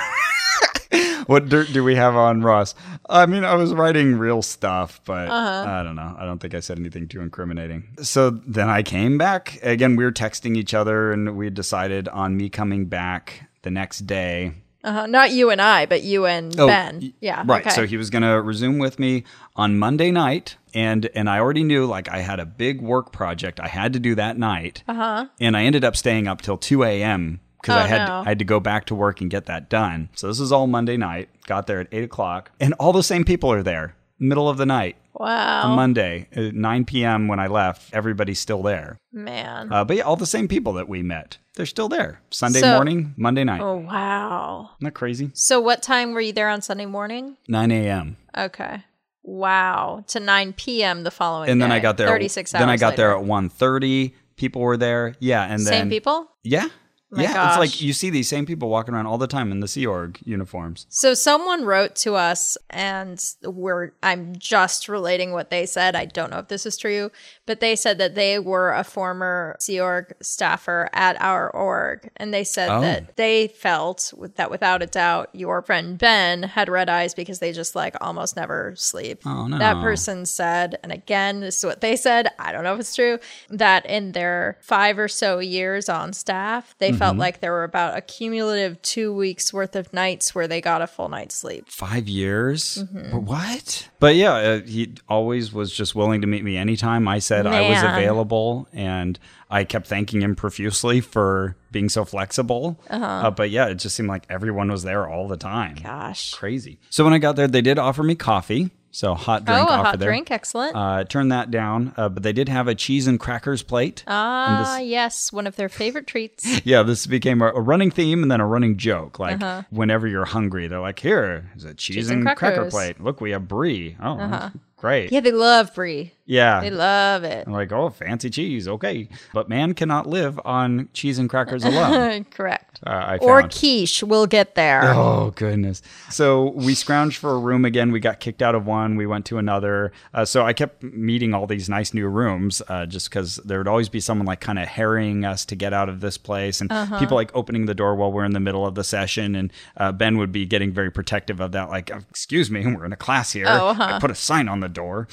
S2: what dirt do we have on Ross? I mean, I was writing real stuff, but I don't know. I don't think I said anything too incriminating. So then I came back again. We were texting each other, and we decided on me coming back the next day.
S1: uh-huh. Not you and I, but you and
S2: Oh,
S1: Ben.
S2: y-
S1: Yeah.
S2: Right.
S1: Okay.
S2: So he was going to resume with me on Monday night. And, and I already knew like I had a big work project I had to do that night. Uh-huh. And I ended up staying up till 2 a.m. because I
S1: Oh,
S2: had
S1: no.
S2: I had to go back to work and get that done. So this is all Monday night. Got there at 8 o'clock. And all the same people are there. Middle of the night.
S1: wow.
S2: on Monday, at 9 p.m. when I left, everybody's still there.
S1: Hmm. Man.
S2: Uh, but yeah, all the same people that we met, they're still there. Sunday
S1: So-
S2: morning, Monday night.
S1: oh, wow.
S2: Isn't that crazy?
S1: So what time were you there on Sunday morning?
S2: 9 a.m.
S1: Okay. Wow. To 9 p.m. the following
S2: and then
S1: day.
S2: I got there.
S1: 36 hours
S2: Then I got
S1: later.
S2: there at 1.30. People were there. Yeah, and then
S1: Same people?
S2: Yeah, yeah. It's
S1: gosh.
S2: like you see these same people walking around all the time in the Sea Org uniforms.
S1: So someone wrote to us and we're I'm just relating what they said. I don't know if this is true, but they said that they were a former Sea Org staffer at our org and they said
S2: Oh.
S1: that they felt with- that without a doubt your friend Ben had red eyes because they just like almost never sleep.
S2: Oh, no.
S1: That person said, and again, this is what they said. I don't know if it's true, that in their five or so years on staff, they
S2: Mm-hmm.
S1: felt like there were about a cumulative two weeks worth of nights where they got a full night's sleep.
S2: Five years.
S1: Mm-hmm.
S2: But what? But yeah, uh, he always was just willing to meet me anytime I said I was
S1: Man.
S2: available, and I kept thanking him profusely for being so flexible. Uh-huh. but yeah, it just seemed like everyone was there all the time.
S1: Gosh.
S2: Crazy. So when I got there, they did offer me coffee. So hot
S1: Oh,
S2: drink
S1: a
S2: offer
S1: hot
S2: there.
S1: drink. Excellent.
S2: Uh, turned that down, uh, but they did have a cheese and crackers plate.
S1: Ah, yes. One of their favorite treats.
S2: <laughs> yeah, this became a, a running theme and then a running joke. Like whenever you're hungry, they're like, "Here is a cheese,
S1: Uh-huh. and
S2: and, cracker
S1: crackers. Uh-huh.
S2: plate. Look, we have brie. Oh, that's great.
S1: Yeah, they love brie.
S2: Yeah,
S1: They love it.
S2: I'm like, oh, fancy cheese, okay. But man cannot live on cheese and
S1: <laughs>
S2: crackers alone.
S1: Correct.
S2: uh, I
S1: Or
S2: found.
S1: quiche. We'll get there.
S2: <laughs> Oh goodness! So we scrounged for a room again. We got kicked out of one. We went to another. Uh, so I kept meeting all these nice new rooms, uh, just because there would always be someone like kind of harrying us to get out of this place, and people like opening the door while we're in the middle of the session. And uh, Ben would be getting very protective of that, like, "Excuse me, we're in a class here.
S1: Oh, uh-huh.
S2: I put a sign on the door."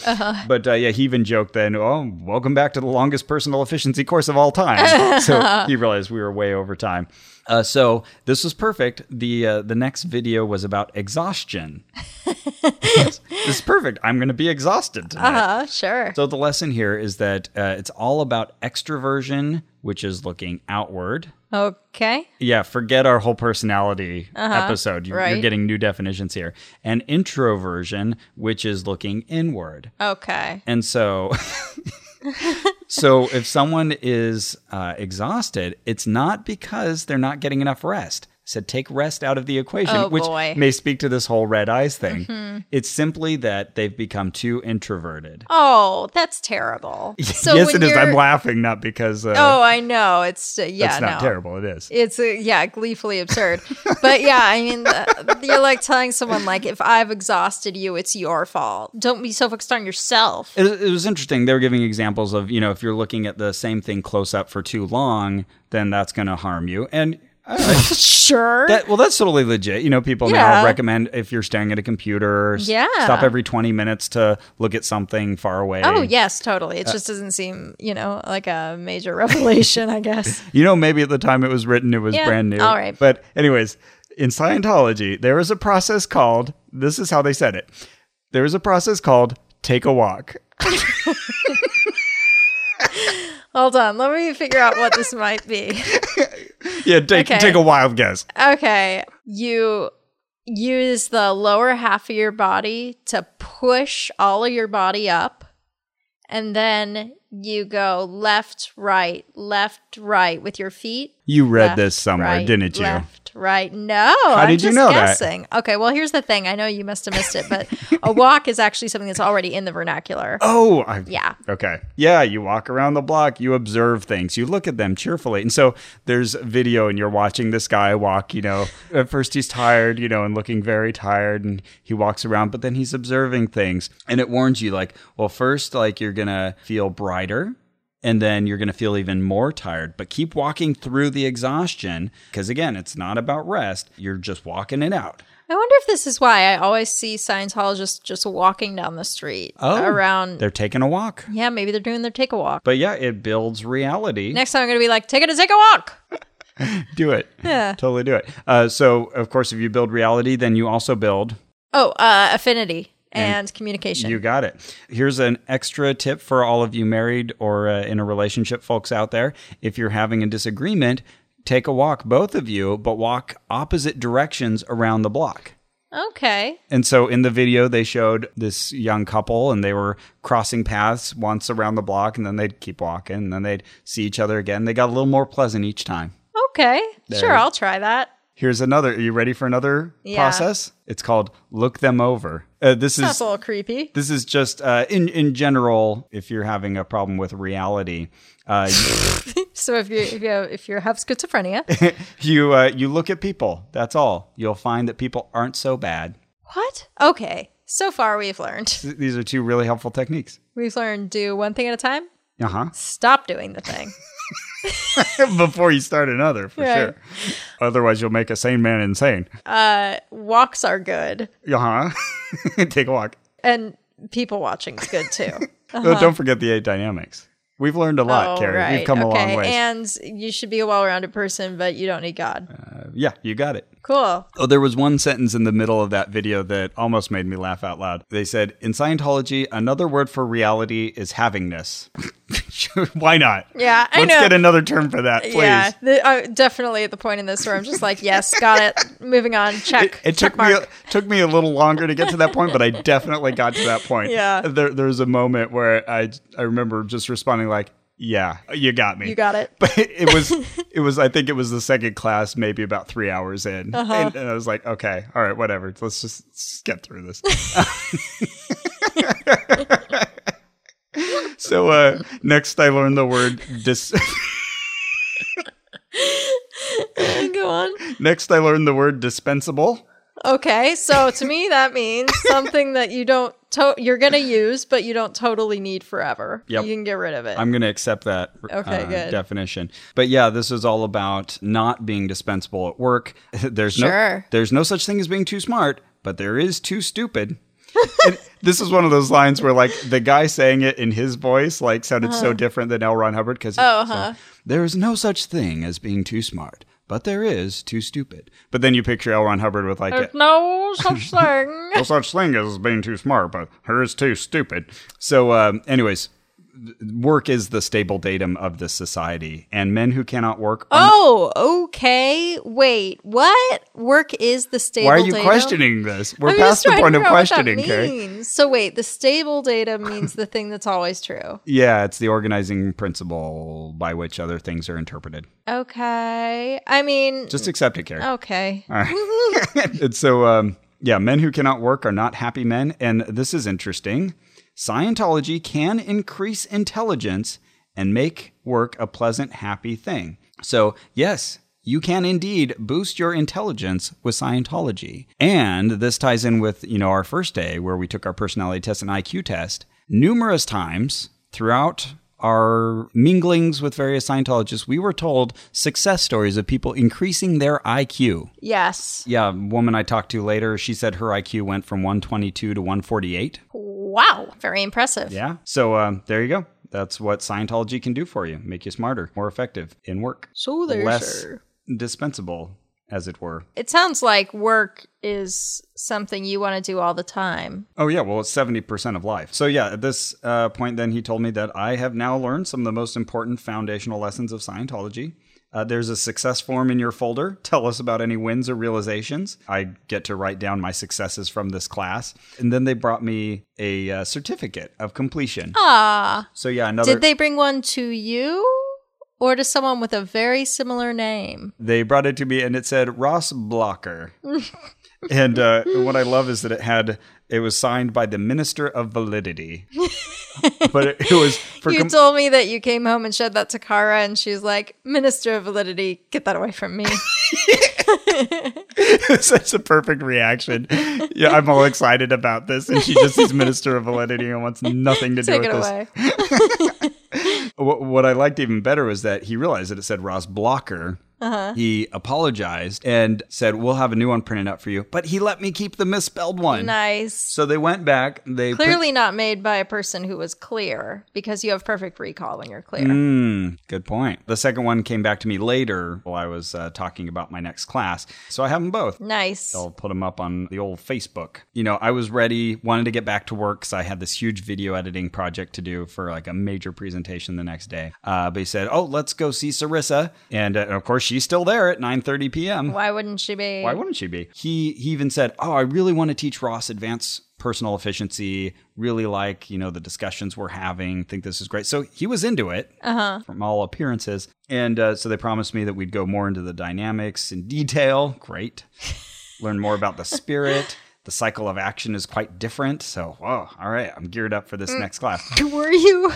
S2: But uh, yeah, he even joked then, "Oh, welcome back to the longest personal efficiency course of all time." <laughs> so he realized we were way over time. Uh, so this was perfect. the uh, The next video was about exhaustion.
S1: <laughs>
S2: this is perfect. I'm going to be exhausted tonight.
S1: Uh-huh, sure.
S2: So the lesson here is that uh, it's all about extroversion, which is looking outward.
S1: okay.
S2: Yeah, forget our whole personality episode. You, You're
S1: Uh-huh. right.
S2: getting new definitions here. And introversion, which is looking inward.
S1: Okay.
S2: And so, so if someone is uh, exhausted, it's not because they're not getting enough rest. Said take rest out of the equation,
S1: Oh,
S2: which
S1: boy. Mm-hmm.
S2: may speak to this whole red eyes thing. It's simply that they've become too introverted.
S1: Oh, that's
S2: <laughs>
S1: terrible. So
S2: yes,
S1: when
S2: it is. I'm
S1: you're-
S2: laughing not because uh,
S1: Oh, I know. It's uh, yeah,
S2: it's not
S1: no.
S2: terrible. It is.
S1: It's uh, yeah, gleefully absurd. but yeah, I mean, the, you're like telling someone like, if I've exhausted you, it's your fault. Don't be so focused on yourself.
S2: It, it was interesting. They were giving examples of, you know, if you're looking at the same thing close up for too long, then that's going to harm you. And
S1: sure.
S2: That, well, that's totally legit. You know, people now
S1: Yeah.
S2: recommend if you're staring at a computer, s-
S1: Yeah.
S2: stop every 20 minutes to look at something far away.
S1: oh yes, totally. It just doesn't seem you know like a major revelation. I guess.
S2: You know, maybe at the time it was written, it was
S1: Yeah,
S2: brand new.
S1: all right.
S2: But, anyways, in Scientology, there is a process called this is how they said it there is a process called take a walk. <laughs>
S1: Hold on. Let me figure out what this might be.
S2: Yeah, take,
S1: Okay.
S2: take a wild guess.
S1: Okay. You use the lower half of your body to push all of your body up. And then you go left, right, left, right with your feet.
S2: You read
S1: Left,
S2: this somewhere,
S1: right,
S2: didn't you?
S1: Left, right. No. I'm
S2: did you
S1: just
S2: know that?
S1: guessing. Okay. Well, here's the thing. I know you must have missed it, but a
S2: <laughs>
S1: walk is actually something that's already in the vernacular.
S2: Oh, I,
S1: Yeah.
S2: Okay. Yeah, you walk around the block, you observe things, you look at them cheerfully. And so there's video, and you're watching this guy walk, you know. At first, he's tired, you know, and looking very tired, and he walks around, but then he's observing things. And it warns you, like, well, first, like, you're going to feel brighter. And then you're going to feel even more tired, but keep walking through the exhaustion. Because again, it's not about rest. You're just walking it out.
S1: I wonder if this is why I always see Scientologists just walking down the street Oh.
S2: Oh,
S1: around.
S2: They're taking a walk.
S1: Yeah, maybe they're doing their take a walk.
S2: But yeah, it builds reality.
S1: Next time I'm going to be like, take it to take a walk.
S2: do it.
S1: Yeah.
S2: Totally do it. Uh, so, of course, if you build reality, then you also build.
S1: Oh, uh, affinity and, communication.
S2: You got it. Here's an extra tip for all of you married or uh, in a relationship folks out there. If you're having a disagreement, take a walk, both of you, but walk opposite directions around the block.
S1: okay.
S2: And so in the video, they showed this young couple and they were crossing paths once around the block and then they'd keep walking and then they'd see each other again. They got a little more pleasant each time.
S1: Okay. Sure,
S2: There's-
S1: I'll try that.
S2: Here's another. Are you ready for another
S1: Yeah.
S2: process? It's called look them over. Uh, this
S1: That's
S2: is
S1: a little creepy.
S2: this is just uh, in in general. If you're having a problem with reality, uh,
S1: So if you if you have, if you have schizophrenia,
S2: you uh, you look at people. That's all. You'll find that people aren't so bad.
S1: what? Okay. So far we've learned.
S2: Th- These are two really helpful techniques.
S1: We've learned do one thing at a time.
S2: Uh huh.
S1: Stop doing the thing.
S2: <laughs> Before you start another, for
S1: Right.
S2: sure. Otherwise, you'll make a sane man insane.
S1: Uh, walks are good,
S2: Uh huh. <laughs> Take a walk.
S1: and people watching is good
S2: <laughs>
S1: too.
S2: Oh, Don't forget the eight dynamics. We've learned a lot,
S1: Uh-huh. Oh,
S2: Carrie. We've come a long way.
S1: And you should be a well-rounded person, but you don't need God.
S2: yeah, you got it.
S1: Cool.
S2: Oh, there was one sentence in the middle of that video that almost made me laugh out loud. They said, In Scientology, another word for reality is havingness. <laughs> Why not?
S1: Yeah, I
S2: Let's
S1: know.
S2: get another term for that, please.
S1: Yeah, the, uh, definitely at the point in this where I'm just like, yes, got it. Moving on. Check.
S2: It, it
S1: check
S2: took me
S1: mark.
S2: a, took me a little longer to get to that point, but I definitely got to that point.
S1: Yeah.
S2: There, there was a moment where I I remember just responding like, "Yeah, you got me."
S1: you got it.
S2: But
S1: <laughs>
S2: it was it was I think it was the second class, maybe about three hours in,
S1: Uh-huh.
S2: and, and I was like, "Okay, all right, whatever. Let's just, let's get
S1: <laughs>
S2: through this." <laughs> so uh, next, I learned the word dis. <laughs>
S1: Go on.
S2: next, I learned the word dispensable.
S1: Okay, so to me that
S2: <laughs>
S1: means something that you don't to- you're gonna use, but you don't totally need forever.
S2: Yep.
S1: You can get rid of it.
S2: I'm going to accept that uh,
S1: Okay, good.
S2: definition. But yeah, this is all about not being dispensable at work. <laughs> There's no
S1: Sure.
S2: there's no such thing as being too smart, but there is too stupid. <laughs> and this is one of those lines where like the guy saying it in his voice like sounded so different than L. Ron Hubbard because
S1: Uh-huh. Oh, huh.
S2: there is no such thing as being too smart, but there is too stupid. But then you picture L. Ron Hubbard with like a-
S1: There's no such thing.
S2: <laughs>
S1: <laughs>
S2: no such thing as being too smart, but her is too stupid. So, um, anyways, th- work is the stable datum of this society, and men who cannot work. Are,
S1: oh, okay. Wait, what? Work is the Oh, stable.
S2: why are you
S1: datum?
S2: questioning this? We're
S1: I'm
S2: past
S1: just
S2: the
S1: trying to
S2: point of
S1: figure out what that
S2: questioning, Carrie.
S1: means. So wait, the stable datum means the thing that's always true.
S2: Yeah, it's the organizing principle by which other things are interpreted.
S1: Okay. I mean,
S2: Just accept it, Carrie.
S1: Oh, okay.
S2: <laughs> and so, um, yeah, men who cannot work are not happy men. And this is interesting. Scientology can increase intelligence and make work a pleasant, happy thing. So, yes, you can indeed boost your intelligence with Scientology. And this ties in with, you know, our first day where we took our personality test and IQ test numerous times throughout our minglings with various Scientologists, we were told success stories of people increasing their IQ.
S1: Yes.
S2: Yeah, a woman I talked to later, she said her IQ went from 122 to 148.
S1: Wow. Very impressive.
S2: Yeah. So um, there you go. That's what Scientology can do for you make you smarter, more effective in work,
S1: So there's
S2: less
S1: your-
S2: dispensable, as it were.
S1: It sounds like work is something you want to do all the time.
S2: Oh, yeah. Well, it's 70% of life. So, yeah, at this uh, point, then he told me that I have now learned some of the most important foundational lessons of Scientology. Uh, there's a success form in your folder. Tell us about any wins or realizations. I get to write down my successes from this class. And then they brought me a uh, certificate of completion.
S1: Ah,
S2: So, yeah, another.
S1: did they bring one to you or to someone with a very similar name?
S2: they brought it to me and it said Ross
S1: <laughs>
S2: Blocker. and uh, what I love is that it had it was signed by the Minister of
S1: <laughs>
S2: Validity. but it, it was for
S1: you
S2: com-
S1: told me that you came home and showed that to Kara, and she was like, "Minister of Validity, get that away from
S2: <laughs>
S1: me."
S2: such a perfect reaction. Yeah, I'm all excited about this and she just is Minister of Validity and wants nothing to do
S1: Take
S2: with
S1: it
S2: this. <laughs>
S1: away.
S2: What, what I liked even better was that he realized that it said Ross Blocker.
S1: Uh-huh.
S2: He apologized and said, "We'll have a new one printed out for you." But he let me keep the misspelled one.
S1: Nice.
S2: So they went back. They print-
S1: Clearly not made by a person who was clear, because you have perfect recall when you're clear.
S2: Mm, good point. The second one came back to me later while I was uh, talking about my next class. So I have them both.
S1: Nice.
S2: I'll put them up on the old Facebook. You know, I was ready, wanted to get back to work because I had this huge video editing project to do for like a major presentation the next day. Uh, but he said, "Oh, let's go see Sarissa," and, uh, and of course she's still there at 9:30 p.m.
S1: Why wouldn't she be?
S2: Why wouldn't she be? He he even said, "Oh, I really want to teach Ross advanced personal efficiency. Really like you know the discussions we're having. Think this is great." So he was into it
S1: Uh-huh.
S2: from all appearances, and uh, so they promised me that we'd go more into the dynamics in detail.
S1: <laughs>
S2: Great, learn more about the spirit. The cycle of action is quite different. So, whoa, all right, I'm geared up for
S1: Mm.
S2: this next class.
S1: <laughs> Were you?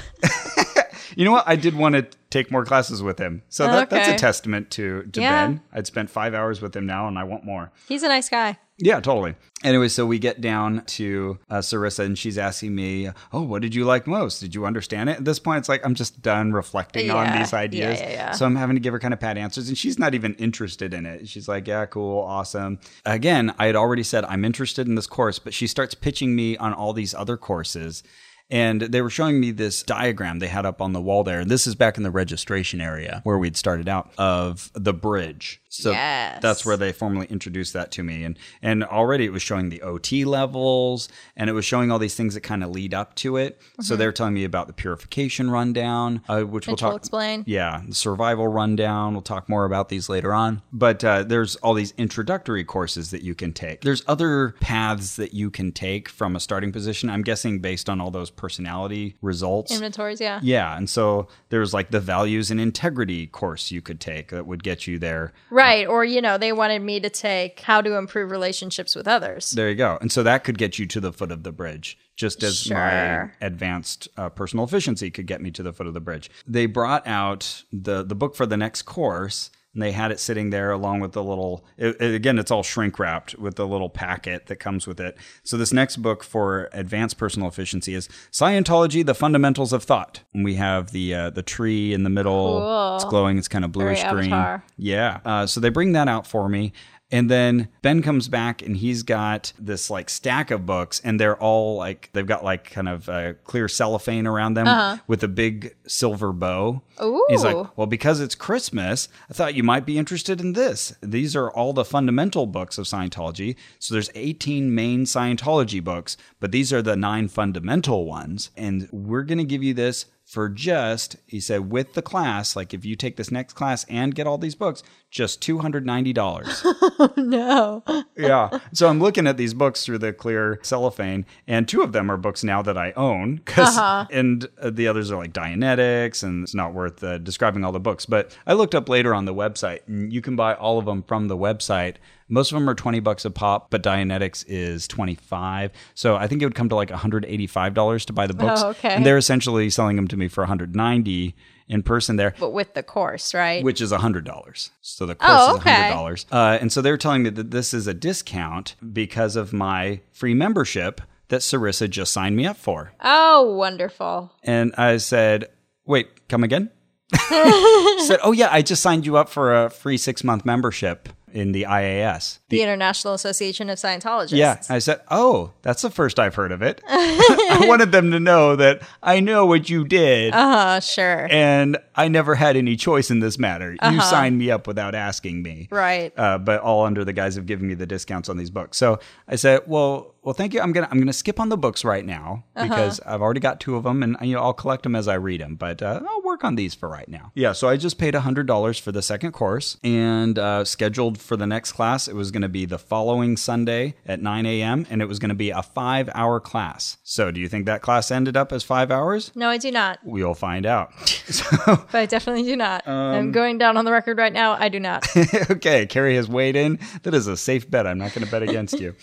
S2: You know what? I did want to take more classes with him. So that, that's a
S1: Okay.
S2: testament to, to
S1: Yeah.
S2: Ben. I'd spent five hours with him now and I want more.
S1: He's a nice guy.
S2: Yeah, totally. Anyway, so we get down to uh, Sarissa and she's asking me, Oh, what did you like most? Did you understand it? At this point, it's like I'm just done reflecting on
S1: Yeah,
S2: these
S1: yeah,
S2: ideas.
S1: yeah, yeah.
S2: So I'm having to give her kind of pat answers. And she's not even interested in it. She's like, Yeah, cool, awesome. Again, I had already said I'm interested in this course, but she starts pitching me on all these other courses. And they were showing me this diagram they had up on the wall there. And this is back in the registration area where we'd started out of the bridge. So
S1: Yes.
S2: that's where they formally introduced that to me. And and already it was showing the OT levels and it was showing all these things that kind of lead up to it.
S1: Mm-hmm.
S2: So they're telling me about the purification rundown, uh, which we'll
S1: Which we'll
S2: talk
S1: explain.
S2: yeah, the survival rundown. We'll talk more about these later on. But uh, there's all these introductory courses that you can take. There's other paths that you can take from a starting position. I'm guessing based on all those personality results.
S1: Inventories, yeah.
S2: yeah, and so there's like the values and integrity course you could take that would get you there.
S1: Right. Or, you know, they wanted me to take how to improve relationships with others.
S2: There you go. And so that could get you to the foot of the bridge, just as
S1: Sure.
S2: my advanced uh, personal efficiency could get me to the foot of the bridge. They brought out the the book for the next course. And they had it sitting there along with the little, it, it- again, it's all shrink wrapped with the little packet that comes with it. So, this next book for advanced personal efficiency is Scientology The Fundamentals of Thought. And we have the uh, the tree in the middle. It's
S1: Cool.
S2: glowing, it's kind of bluish green.
S1: Avatar.
S2: Yeah. Uh, so they bring that out for me. And then Ben comes back and he's got this like stack of books, and they're all like, they've got like kind of uh, clear cellophane around them with a big silver bow. He's
S1: Uh-huh. Ooh.
S2: like, Well, because it's Christmas, I thought you might be interested in this. These are all the fundamental books of Scientology. So there's 18 main Scientology books, but these are the nine fundamental ones. And we're going to give you this for just, he said, with the class, like if you take this next class and get all these books, just $290.
S1: No.
S2: yeah. So I'm looking at these books through the clear cellophane, and two of them are books now that I own. 'cause-
S1: Uh-huh.
S2: And uh, the others are like Dianetics, and it's not worth uh, describing all the books. But I looked up later on the website, and you can buy all of them from the website. Most of them are 20 bucks a pop, but Dianetics is 25. So I think it would come to like $185 to buy the books.
S1: Oh, okay.
S2: And they're essentially selling them to me for 190 in person there
S1: But with the course, right?
S2: which is $100. So the course
S1: Oh,
S2: is
S1: okay.
S2: $100. Uh, and so they were telling me that this is a discount because of my free membership that Sarissa just signed me up for.
S1: oh, wonderful.
S2: And I said, wait, come
S1: <laughs>
S2: again? she said, oh, yeah, I just signed you up for a free six month membership in the IAS.
S1: The, International Association of Scientologists.
S2: Yeah. I said, Oh, that's the first I've heard
S1: <laughs>
S2: of it. <laughs> I wanted them to know that I know what you did
S1: Uh, sure.
S2: and I never had any choice in this matter. You signed me up without asking me.
S1: Right.
S2: Uh, but all under the guise of giving me the discounts on these books. So I said, "Well, well, thank you. I'm gonna I'm gonna skip on the books right now because I've already got two of them, and you know I'll collect them as I read them. But uh, I'll work on these for right now. Yeah. So I just paid hundred dollars for the second course and uh, scheduled for the next class. It was going to be the following Sunday at 9 a.m. and it was going to be a five hour class. So do you think that class ended up as five hours?
S1: no, I do not.
S2: We'll find out. <laughs> so
S1: But I definitely do not.
S2: Um,
S1: I'm going down on the record right now. I do
S2: <laughs>
S1: not.
S2: okay, Carrie has weighed in. That is a safe bet. I'm not going to bet against you.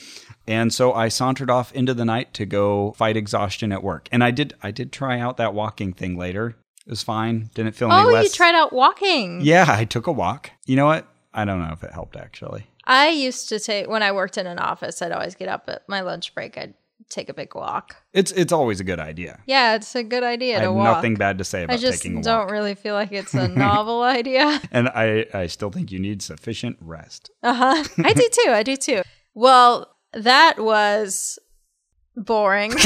S2: And so I sauntered off into the night to go fight exhaustion at work. And I did. I did try out that walking thing later. It was fine. Didn't feel any
S1: oh,
S2: less.
S1: you tried out walking.
S2: <laughs> Yeah, I took a walk. You know what? I don't know if it helped actually.
S1: I used to take, when I worked in an office, I'd always get up at my lunch break. I'd take a big walk.
S2: It's it's always a good idea.
S1: Yeah, it's a good idea
S2: I
S1: to
S2: have
S1: walk.
S2: nothing bad to say about
S1: I just
S2: taking a
S1: don't
S2: walk.
S1: really feel like
S2: <laughs>
S1: it's a novel idea.
S2: And I, I still think you need sufficient rest.
S1: Uh-huh. I do too. I do too. Well, that was boring. <laughs>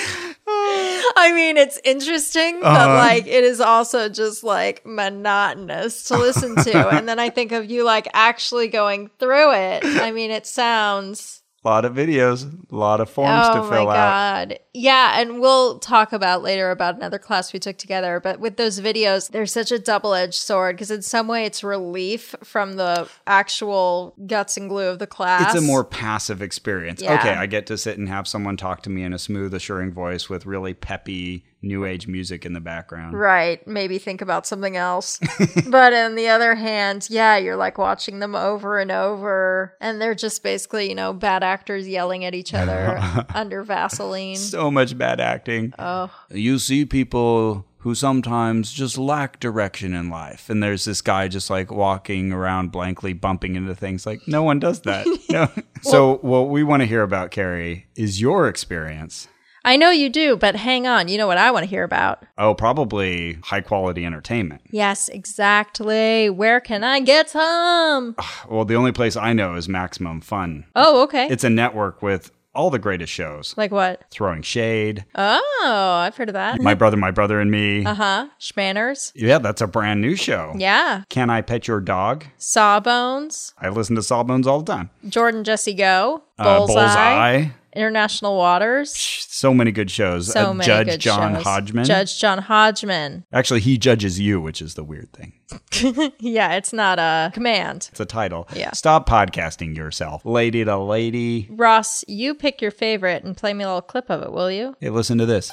S1: I mean, it's interesting, but
S2: Uh-huh.
S1: like it is also just like monotonous to listen to. and then I think of you like actually going through it. I mean, it sounds
S2: A lot of videos, a lot of forms
S1: oh
S2: to fill
S1: my
S2: out.
S1: god. Yeah, and we'll talk about later about another class we took together, but with those videos, they're such a double-edged sword because in some way it's relief from the actual guts and glue of the class.
S2: It's a more passive experience.
S1: Yeah.
S2: Okay, I get to sit and have someone talk to me in a smooth, assuring voice with really peppy new age music in the background.
S1: Right, maybe think about something
S2: <laughs>
S1: else. but on the other hand, yeah, you're like watching them over and over, and they're just basically, you know, bad actors yelling at each other
S2: <laughs>
S1: under Vaseline.
S2: So much bad acting. Oh. You see people who sometimes just lack direction in life. And there's this guy just like walking around blankly, bumping into things. Like, no one
S1: <laughs>
S2: does that. no. So, what we want to hear about, Carrie, is your experience.
S1: I know you do, but hang on. You know what I want to hear about?
S2: Oh, probably high quality entertainment.
S1: Yes, exactly. Where can I get some?
S2: <laughs> Well, the only place I know is Maximum Fun.
S1: Oh, okay.
S2: It's a network with all the greatest shows.
S1: Like what?
S2: Throwing Shade,
S1: Oh, I've heard of that.
S2: My Brother, My Brother and Me.
S1: Uh huh. Schmanners.
S2: Yeah, that's a brand new show.
S1: Yeah.
S2: Can I Pet Your Dog?
S1: Sawbones.
S2: I listen to Sawbones all the time.
S1: Jordan Jesse Go.
S2: Uh,
S1: Bullseye.
S2: Bullseye.
S1: International Waters.
S2: So many good shows.
S1: So
S2: Uh,
S1: many
S2: Judge
S1: good
S2: John
S1: shows.
S2: Hodgman.
S1: Judge John Hodgman. <laughs>
S2: Actually, he judges you, which is the weird thing.
S1: Yeah, it's not a command.
S2: It's a title.
S1: Yeah.
S2: Stop podcasting yourself. Lady to lady.
S1: Ross, you pick your favorite and play me a little clip of it, will you?
S2: Hey, listen to this.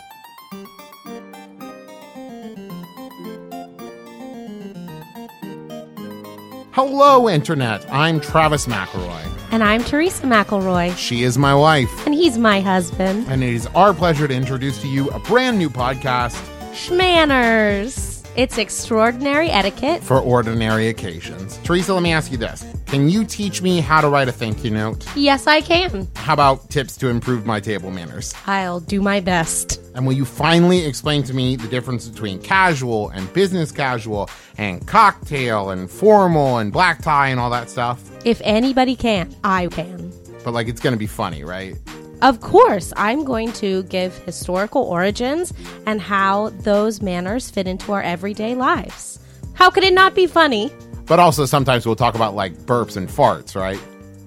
S3: Hello, Internet. I'm Travis McElroy.
S4: And I'm Teresa McElroy,
S3: She is my wife,
S4: and he's my husband.
S3: and it is our pleasure to introduce to you a brand new podcast
S4: Schmanners! It's extraordinary etiquette.
S3: for ordinary occasions. Teresa, let me ask you this Can you teach me how to write a thank you note?
S4: Yes, I can.
S3: How about tips to improve my table manners?
S4: I'll do my best.
S3: And will you finally explain to me the difference between casual and business casual and cocktail and formal and black tie and all that stuff?
S4: If anybody can, I can.
S3: But like, it's gonna be funny, right?
S4: Of course, I'm going to give historical origins and how those manners fit into our everyday lives. How could it not be funny?
S3: But also, sometimes we'll talk about like burps and farts, right?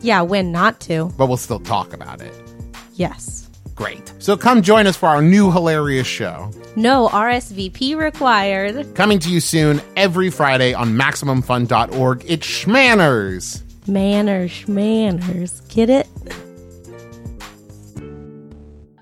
S4: Yeah, when not to.
S3: But we'll still talk about it.
S4: Yes.
S3: Great. So come join us for our new hilarious show.
S4: No RSVP required.
S3: Coming to you soon every Friday on MaximumFun.org. It's Schmanners.
S4: Manners, manners. Get it?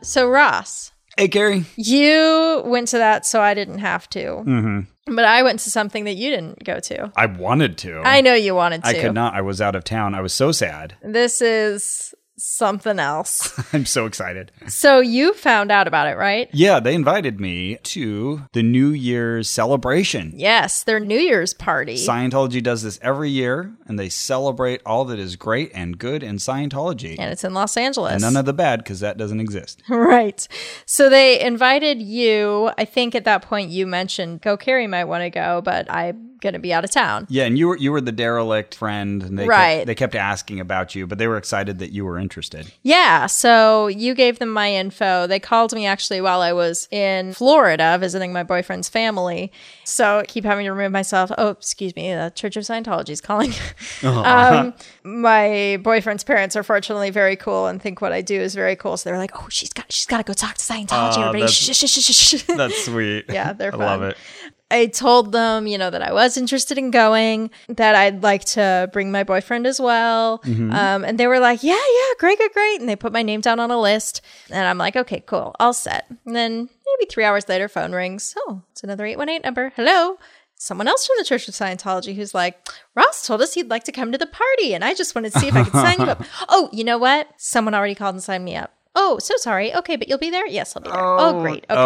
S1: So, Ross,
S2: Hey, Carrie.
S1: you went to that, so I didn't have to. Mm-hmm. But I went to something that you didn't go to.
S2: I wanted to.
S1: I know you wanted to.
S2: I could not. I was out of town. I was so sad. <laughs>
S1: This is something else. <laughs>
S2: I'm so excited.
S1: so, you found out about it, right?
S2: Yeah, they invited me to the New Year's celebration.
S1: Yes, their New Year's party.
S2: Scientology does this every year, and they celebrate all that is great and good in Scientology.
S1: and it's in Los Angeles.
S2: And none of the bad, because that doesn't exist.
S1: <laughs> Right. So they invited you. I think at that point you mentioned go Carrie might want to go, but I'm going to be out of town.
S2: Yeah, and you were you were the derelict friend, and they
S1: Right.
S2: kept, they kept asking about you, but they were excited that you were interested.
S1: Yeah. So you gave them my info. They called me actually while I was in Florida visiting my boyfriend's family. So I keep having to remove myself. Oh, excuse me. The Church of Scientology is calling. <laughs> um, my boyfriend's parents are fortunately very cool and think what I do is very cool. So they're like, oh, she's got, she's got to go talk to Scientology.
S2: Oh,
S1: everybody.
S2: that's-
S1: Shh, shh, shh, shh, shh.
S2: That's sweet.
S1: Yeah, they're
S2: I love
S1: fun.
S2: it.
S1: I told them, you know, that I was interested in going, that I'd like to bring my boyfriend as well.
S2: Mm-hmm.
S1: Um, and they were like, yeah, yeah, great, great, great. And they put my name down on a list. And I'm like, okay, cool, all set. And then maybe three hours later, phone rings. Oh, it's another 818 number. Hello. Someone else from the Church of Scientology who's like, Ross told us he'd like to come to the party. And I just wanted to see if I could sign you
S2: <laughs>
S1: up. Oh, you know what? Someone already called and signed me up. Oh, so sorry. Okay, but you'll be there? Yes, I'll be there. Oh, great. Okay.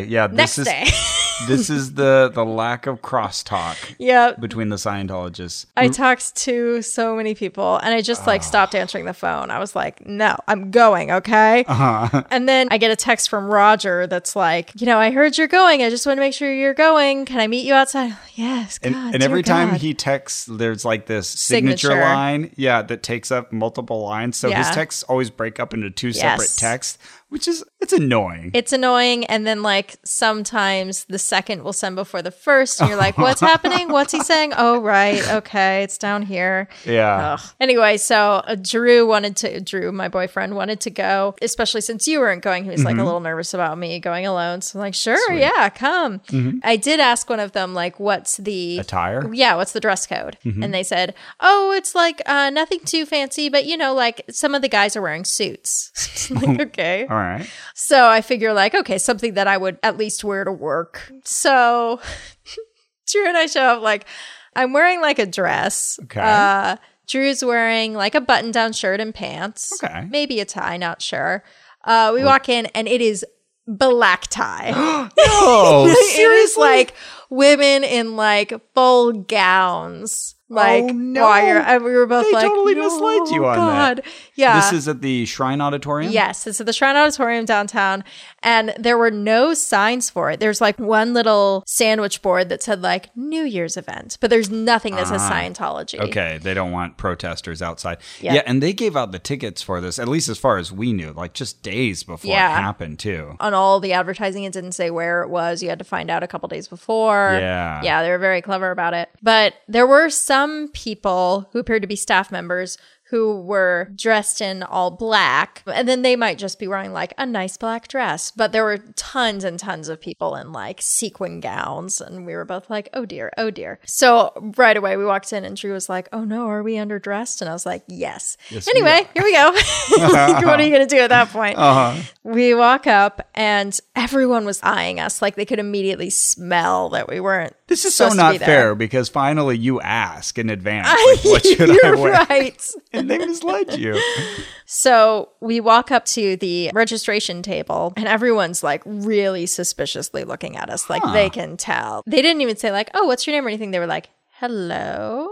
S2: Okay. Yeah.
S1: Next
S2: This is
S1: day.
S2: <laughs> this is the the lack of
S1: <laughs>
S2: crosstalk
S1: yeah.
S2: between the Scientologists.
S1: I talked to so many people and I just
S2: Ah.
S1: like stopped answering the phone. I was like, no, I'm going, okay?
S2: Uh-huh. <laughs>
S1: And then I get a text from Roger that's like, you know, I heard you're going. I just want to make sure you're going. Can I meet you outside? Yes. God,
S2: And, and every
S1: dear
S2: time
S1: God.
S2: he texts, there's like this signature,
S1: Signature.
S2: line, yeah, that takes up multiple lines. So his
S1: Yeah.
S2: texts always break up into two
S1: Yes.
S2: separate texts, which is it's annoying.
S1: It's annoying. And then, like, sometimes the second will send before the first, and you're like,
S2: <laughs>
S1: what's happening? What's he saying? Oh, right. Okay. It's down here.
S2: Yeah.
S1: Ugh. Anyway, so uh, Drew wanted to, Drew, my boyfriend, wanted to go, especially since you weren't going. He was
S2: Mm-hmm.
S1: like a little nervous about me going alone. So I'm like, sure. Yeah, come. I did ask one of them, like, what's the
S2: Mm-hmm. Attire? Mm-hmm.
S1: Yeah. What's the dress code? And they said, oh, it's like uh, nothing too fancy, but you know, like some of the guys are wearing suits. <laughs>
S2: <laughs>
S1: like, okay.
S2: All right.
S1: So I figure, like, okay, something that I would at least wear to work. So <laughs> Drew and I show up, like, I'm wearing like a dress.
S2: Okay.
S1: Uh, Drew's wearing like a button down shirt and pants.
S2: Okay.
S1: Maybe a tie, not sure. Uh, we walk in and it is black
S2: <gasps>
S1: tie.
S2: Oh,
S1: <laughs> it is like women in like full gowns. Like,
S2: Oh, no.
S1: while you're, and we were both
S2: They
S1: like,
S2: totally
S1: no,
S2: misled you on
S1: God.
S2: that.
S1: Yeah.
S2: This is at the Shrine Auditorium?
S1: Yes, it's at the Shrine Auditorium downtown, and there were no signs for it. There's like one little sandwich board that said like New Year's event, but there's nothing that says Scientology.
S2: Ah, Okay, they don't want protesters outside.
S1: Yeah.
S2: Yeah, and they gave out the tickets for this, at least as far as we knew, like just days before
S1: Yeah.
S2: it happened, too.
S1: On all the advertising, it didn't say where it was. You had to find out a couple days before.
S2: Yeah.
S1: Yeah, they were very clever about it. But there were some people who appeared to be staff members who were dressed in all black. And then they might just be wearing like a nice black dress. But there were tons and tons of people in like sequin gowns. And we were both like, oh dear, oh dear. So right away we walked in and Drew was like, oh no, are we underdressed? And I was like, yes. anyway, here we go. <laughs> like, what are you going to do at that point? We walk up and everyone was eyeing us. Like they could immediately smell that we weren't.
S2: This is so
S1: supposed to
S2: not
S1: be there. <laughs>
S2: fair because finally you ask in advance, like, what should I
S1: You're
S2: wear?
S1: right.
S2: And they misled you.
S1: So we walk up to the registration table and everyone's like really suspiciously looking at us. Like they can tell. They didn't even say, like, oh, what's your name or anything. They were like, hello.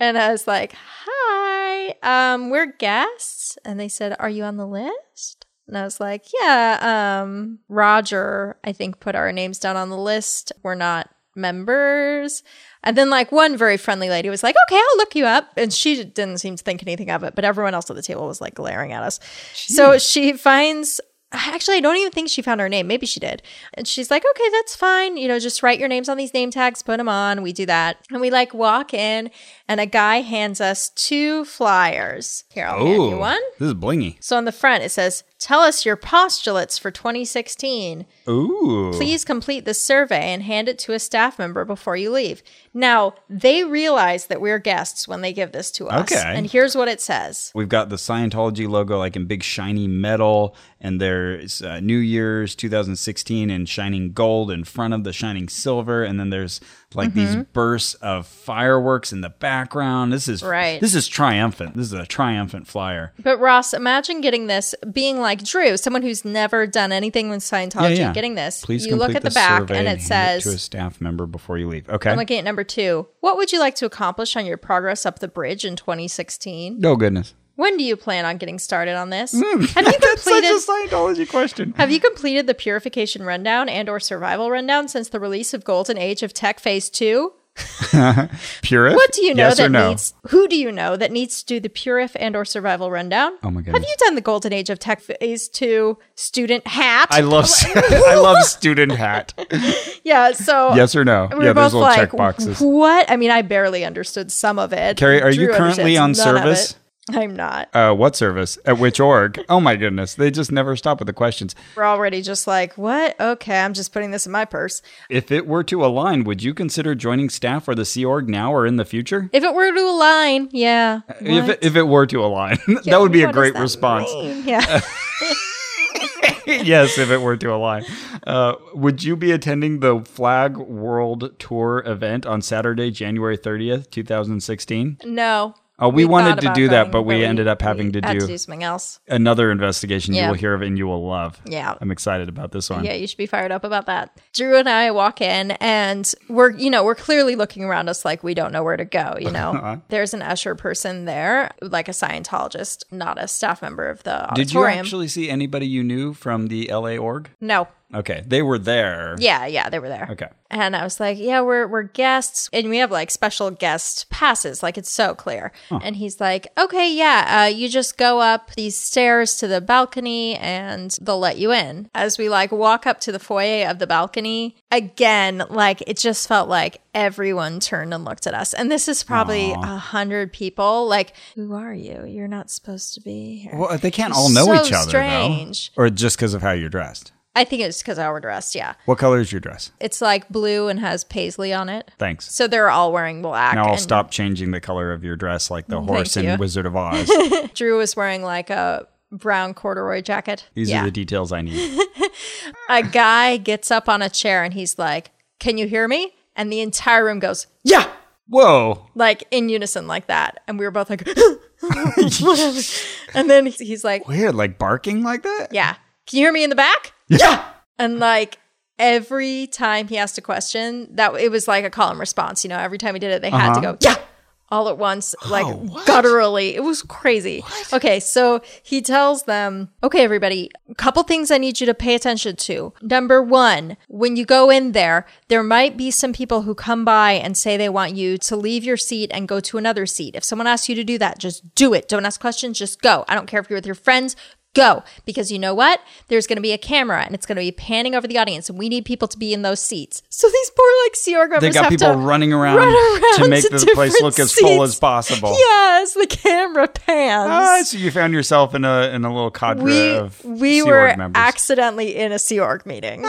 S1: And I was like, hi, um, we're guests. And they said, are you on the list? And I was like, yeah, um, Roger, I think, put our names down on the list. We're not members. And then, like, one very friendly lady was like, okay, I'll look you up. And she didn't seem to think anything of it, but everyone else at the table was like glaring at us. So she finds, actually, I don't even think she found her name. Maybe she did. And she's like, okay, that's fine. You know, just write your names on these name tags, put them on. We do that. And we like walk in, and a guy hands us two flyers. Here, I'll hand you
S2: Oh,
S1: one.
S2: this is blingy.
S1: So on the front, it says, Tell us your postulates for 2016.
S2: Ooh.
S1: Please complete this survey and hand it to a staff member before you leave. Now, they realize that we're guests when they give this to us.
S2: Okay.
S1: And here's what it says
S2: We've got the Scientology logo like in big shiny metal, and there's uh, New Year's 2016 in shining gold in front of the shining silver, and then there's like these
S1: Mm-hmm.
S2: bursts of fireworks in the background. This is
S1: Right.
S2: This is triumphant. This is a triumphant flyer.
S1: But Ross, imagine getting this, being like Drew, someone who's never done anything with Scientology,
S2: yeah.
S1: getting this.
S2: Please
S1: you look
S2: complete
S1: at the
S2: this
S1: back
S2: survey
S1: and it
S2: hand to a
S1: says,
S2: staff member before you leave. Okay.
S1: I'm looking at number two. What would you like to accomplish on your progress up the bridge in 2016?
S2: oh goodness.
S1: When do you plan on getting started on this? Have you
S2: Hmm. <laughs> That's such
S1: completed
S2: a Scientology question.
S1: Have you completed the purification rundown and or survival rundown since the release of Golden Age of Tech Phase 2?
S2: Purist?
S1: What do you know
S2: yes
S1: that
S2: or no?
S1: needs who do you know that needs to do the purif and or survival rundown?
S2: Oh my goodness.
S1: Have you done the Golden Age of Tech Phase 2 student hat?
S2: I love <laughs>
S1: <laughs>
S2: I love student hat.
S1: yeah, so
S2: Yes or no?
S1: we were
S2: yeah,
S1: both
S2: there's little
S1: like,
S2: check boxes.
S1: What? I mean, I barely understood some of it.
S2: Carrie, are you
S1: Drew
S2: currently
S1: understands
S2: on
S1: none of
S2: service?
S1: it. I'm not.
S2: uh, what service at which org oh my goodness they just never stop with the questions
S1: We're already just like, what? Okay, I'm just putting this in my purse.
S2: if it were to align would you consider joining staff or the c org now or in the future
S1: If it were to align, yeah.
S2: if it,
S1: What?
S2: if it were to align <laughs> that would be a
S1: What does
S2: great
S1: that
S2: response
S1: mean? Yeah.
S2: <laughs> yes if it were to align uh, would you be attending the flag world tour event on saturday january 30th 2016
S1: No.
S2: Oh, we wanted
S1: thought
S2: to
S1: about
S2: do that,
S1: going,
S2: but we ended up having to
S1: had
S2: do-
S1: something else.
S2: another investigation you
S1: Yeah.
S2: will hear of and you will love
S1: Yeah.
S2: i'm excited about this one
S1: Yeah, you should be fired up about that. Drew and I walk in, and we're you know we're clearly looking around us like we don't know where to go. You
S2: <laughs> Uh-huh.
S1: know, there's an usher person there, like a Scientologist, not a staff member of the auditorium.
S2: did you actually see anybody you knew from the la org
S1: No.
S2: okay they were there
S1: Yeah, yeah, they were there.
S2: Okay.
S1: And I was like, yeah, we're we're guests and we have like special guest passes. Like it's so clear. And he's like, okay, yeah, uh, you just go up these stairs to the balcony and they'll let you in. As we like walk up to the foyer of the balcony, again, like it just felt like everyone turned and looked at us. And this is probably a hundred people. Like, who are you? You're not supposed to be here.
S2: Well, they can't all know
S1: So
S2: each other,
S1: strange.
S2: though. Or just because of how you're dressed.
S1: I think it's because I overdressed. Yeah.
S2: What color is your dress?
S1: It's like blue and has paisley on it.
S2: Thanks.
S1: So they're all wearing black.
S2: Now I'll
S1: and
S2: stop changing the color of your dress like the horse in
S1: you.
S2: <laughs> Wizard of
S5: <laughs>
S2: Oz.
S1: Drew was wearing like a brown corduroy jacket.
S2: These
S1: yeah.
S2: are the details I
S5: <laughs>
S2: need.
S1: a guy gets up on a chair and he's like, Can you hear me? And the entire room goes, Yeah.
S2: Whoa.
S1: Like in unison, like that. And we were both like, <laughs> And then he's like,
S2: Weird, like barking like that?
S1: Yeah. Can you hear me in the back?
S2: Yeah.
S1: And like
S2: Uh-huh.
S1: every time he asked a question, that it was like a call and response. You know, every time he did it, they had to go, yeah,
S5: all at once, like gutturally. It was crazy. Okay, so he tells them, okay, everybody, a couple things I need you to pay attention to. Number one, when you go in there, there might be some people who come by and say they want you to leave your seat and go to another seat. If someone asks you to do that, just do it. Don't ask questions, just go. I don't care if you're with your friends. Go because you know what? There's going to be a camera and it's going to be panning over the audience, and we need people to be in those seats. So these poor like Sea Org
S2: They
S5: members
S2: got
S5: have
S2: people
S5: to
S2: running around,
S5: run around
S2: to make
S5: to
S2: the place
S5: different
S2: look as full as
S5: seats.
S2: possible.
S5: Yes, the camera pans.
S2: Ah, so you found yourself in a in a little cadre
S5: we
S2: of
S5: we
S2: Sea
S5: were
S2: Org members.
S5: accidentally in a Sea Org meeting.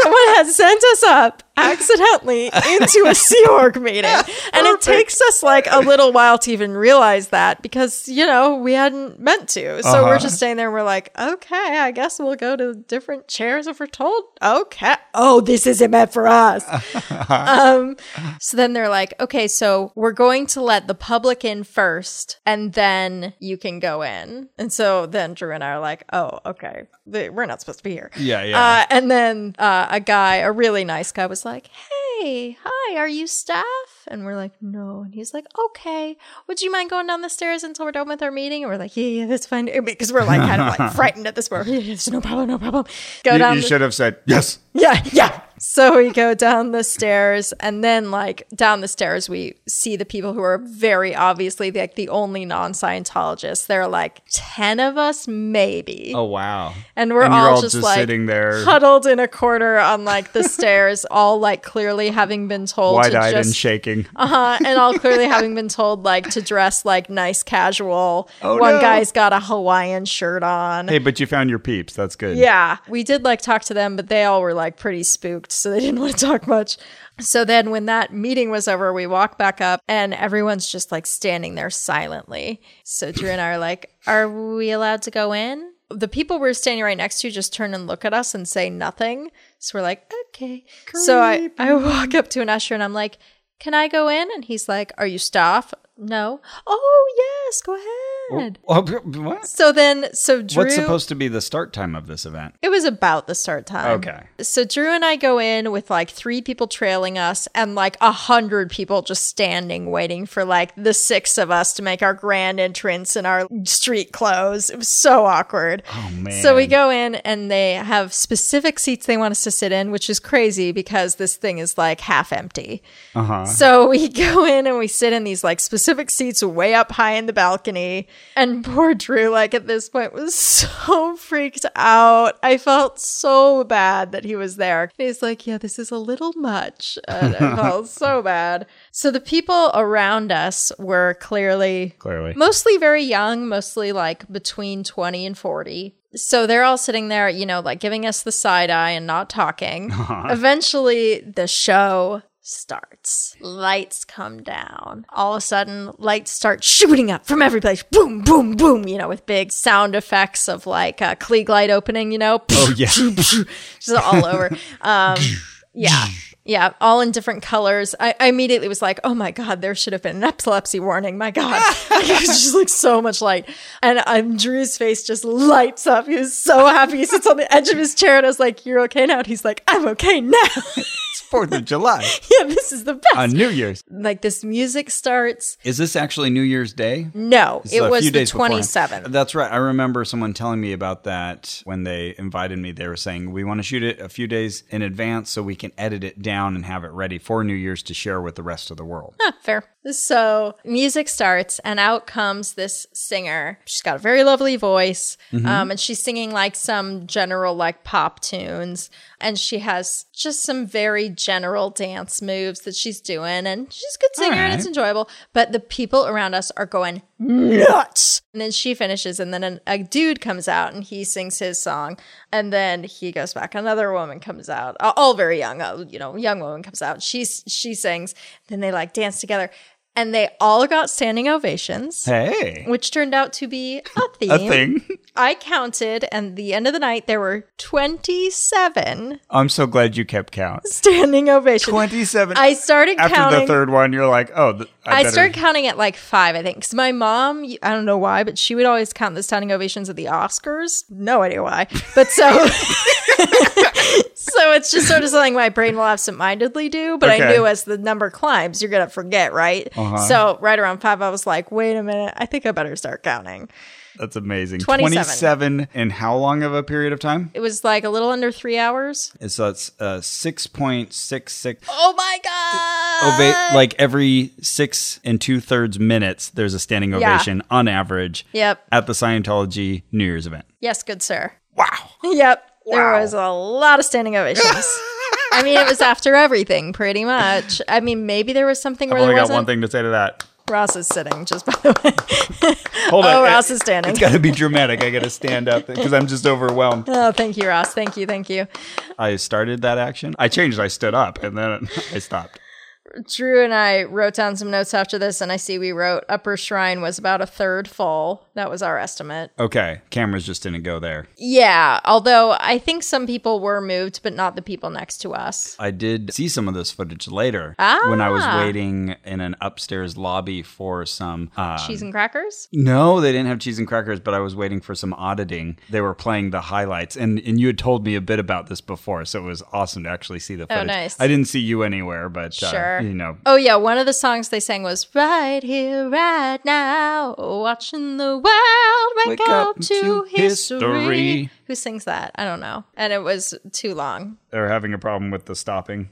S5: Someone had sent us up accidentally into a Sea Org meeting. And it takes us like a little while to even realize that because, you know, we hadn't meant to. So we're just staying there and we're like, okay, I guess we'll go to different chairs if we're told. Okay. Oh, this isn't meant for us. Um, So then they're like, okay, so we're going to let the public in first and then you can go in. And so then Drew and I are like, oh, okay, Th- we're not supposed to be here.
S2: <laughs> Yeah, yeah.
S5: Uh, and then uh, a guy, a really nice guy, was like, hey, hi, are you staff? And we're like, no. And he's like, okay, would you mind going down the stairs until we're done with our meeting? And we're like, yeah, yeah, that's fine. Because we're like kind
S2: <laughs>
S5: of like frightened at this point. Yeah, yeah, it's no problem, no problem. Go
S2: You,
S5: down
S2: you
S5: the-
S2: should have said yes.
S5: yeah, yeah. So we go down the stairs, and then like down the stairs, we see the people who are very obviously like the only non-Scientologists. There are like ten of us, maybe,
S2: Oh wow!
S5: and we're
S2: and
S5: all,
S2: you're all
S5: just,
S2: just
S5: like
S2: sitting there.
S5: huddled in a corner on like
S2: <laughs>
S5: the stairs, all like clearly having been told
S2: wide
S5: to
S2: eyed
S5: just
S2: and
S5: <laughs>
S2: shaking.
S5: uh-huh, and all
S2: <laughs>
S5: clearly having been told like to dress like nice casual. One
S2: no.
S5: guy's got a Hawaiian shirt on.
S2: Hey, but you found your peeps. That's good.
S5: Yeah. We did like talk to them, but they all were like pretty spooked, so they <laughs> didn't want to talk much. So then when that meeting was over, we walked back up and everyone's just like standing there silently. So Drew and I are like, Are we allowed to go in? The people we're standing right next to just turn and look at us and say nothing. So we're like, okay. So I, I walk up to an usher and I'm like, can I go in? And he's like, are you staff? No. Oh, yes, go <laughs> ahead.
S2: Oh, what?
S5: So then, so Drew.
S2: What's supposed to be the start time of this event?
S5: It was about the start
S2: Oh.
S5: time.
S2: Okay.
S5: So Drew and I go in with like three people trailing us and like a hundred people just standing waiting for like the six of us to make our grand entrance in our street clothes. It was so awkward. Oh
S2: man.
S5: So we go in and they have specific seats they want us to sit in, which is crazy because this thing is like half empty. So we <laughs> go in and we sit in these like specific seats way up high in the balcony. And poor Drew, like at this point, was so freaked out. I felt so bad that he was there. He's like, Yeah, this is a little much. And I felt so bad. So the people around us were clearly
S2: Clearly.
S5: mostly very young, mostly like between 20 and 40. So they're all sitting there, you know, like giving us the side eye and not talking. Eventually, the show starts. Lights come down. All of a sudden, lights start shooting up from every place. Boom, boom, boom, you know, with big sound effects of like a Klieg light opening, you know. <laughs>
S2: Oh yeah.
S5: just all over. Um, yeah. Yeah, uh, all in different colors. I, I immediately was like, "Oh my god, there should have been an epilepsy warning." <laughs>
S2: <laughs>
S5: My god, like, it was just like so much light, and um, Drew's face just lights up. He was so happy. He sits on the edge of his chair, and I was like, "You're okay now?" And he's like, "I'm okay now." <laughs>
S2: it's Fourth of July
S5: yeah, this is the best.
S2: on New Year's.
S5: like this music starts.
S2: Is this actually New Year's Day?
S5: No,
S2: This is
S5: it
S2: a
S5: was
S2: few
S5: the
S2: days beforehand.
S5: twenty seventh.
S2: That's right. I remember someone telling me about that when they invited me. They were saying we want to shoot it a few days in advance so we can edit it down and have it ready for New Year's to share with the rest of the world.
S5: Fair. So music starts, and out comes this singer. She's got a very lovely voice, um, and she's singing like some general like pop tunes, and she has just some very general dance moves that she's doing, and she's a good singer and it's
S2: right.
S5: enjoyable. But the people around us are going nuts. And then she finishes, and then an, a dude comes out and he sings his song, and then he goes back. Another woman comes out, a- all very young, uh, you know, young woman comes out. She's she sings. Then they like dance together, and they all got standing ovations,
S2: Hey,
S5: which turned out to be a theme.
S2: <laughs> a thing.
S5: I counted, and the end of the night there were twenty seven
S2: I'm so glad you kept
S5: <laughs>
S2: count.
S5: standing ovations.
S2: Twenty-seven.
S5: I started
S2: after
S5: counting
S2: the third one, you're like, oh, th- I,
S5: I
S2: better-
S5: started counting at like five, I think, because my mom, y- I don't know why, but she would always count the standing ovations at the Oscars. No idea why, but <laughs> so so so it's just sort of something my brain will absentmindedly do, but I
S2: Okay. Uh-huh.
S5: knew as the number climbs, you're gonna forget, right? So right around five, I was like, wait a minute, I think I better start counting.
S2: That's amazing.
S5: 27.
S2: 27 in how long of a period of time?
S5: It was like a little under three hours.
S2: And So that's uh, 6.66.
S5: Oh my god!
S2: Ova- like every six and two thirds minutes, there's a standing
S5: Yeah.
S2: ovation on average
S5: Yep.
S2: at the Scientology New Year's event.
S5: Yes, good sir.
S2: Wow.
S5: Yep. There was a lot of standing ovations. I mean, it was after everything, pretty much. I mean, maybe there was something
S2: I've
S5: where
S2: only
S5: there
S2: got
S5: wasn't.
S2: one thing to say to that.
S5: Ross is sitting, just by the way.
S2: Hold on.
S5: Oh,
S2: It-
S5: Ross is standing.
S2: It's got to be dramatic. I got to stand up <laughs> because I'm just overwhelmed.
S5: <laughs> Oh, thank you, Ross. Thank you, thank you.
S2: I started that action. I changed. I stood up and then <laughs> I stopped.
S5: Drew and I wrote down some notes after this, and I see we wrote Upper Shrine was about a third full. That was our estimate.
S2: Okay. Cameras just didn't go there.
S5: Yeah, although I think some people were moved, but not the people next to us.
S2: I did see some of this footage later when I was
S5: Ah.
S2: waiting in an upstairs lobby for some. Uh,
S5: Cheese and crackers?
S2: no, they didn't have cheese and crackers, but I was waiting for some auditing. They were playing the highlights, and, and you had told me a bit about this before, so it was awesome to actually see the footage.
S5: Oh, nice.
S2: I didn't see you anywhere, but
S5: Sure.
S2: uh, you know,
S5: Oh, yeah, one of the songs they sang was Right Here, Right Now, watching the world wake,
S2: Wake
S5: up,
S2: up
S5: to
S2: to
S5: history.
S2: history.
S5: Who sings that? I don't know. And it was too long. <laughs>
S2: they're having a problem with the stopping.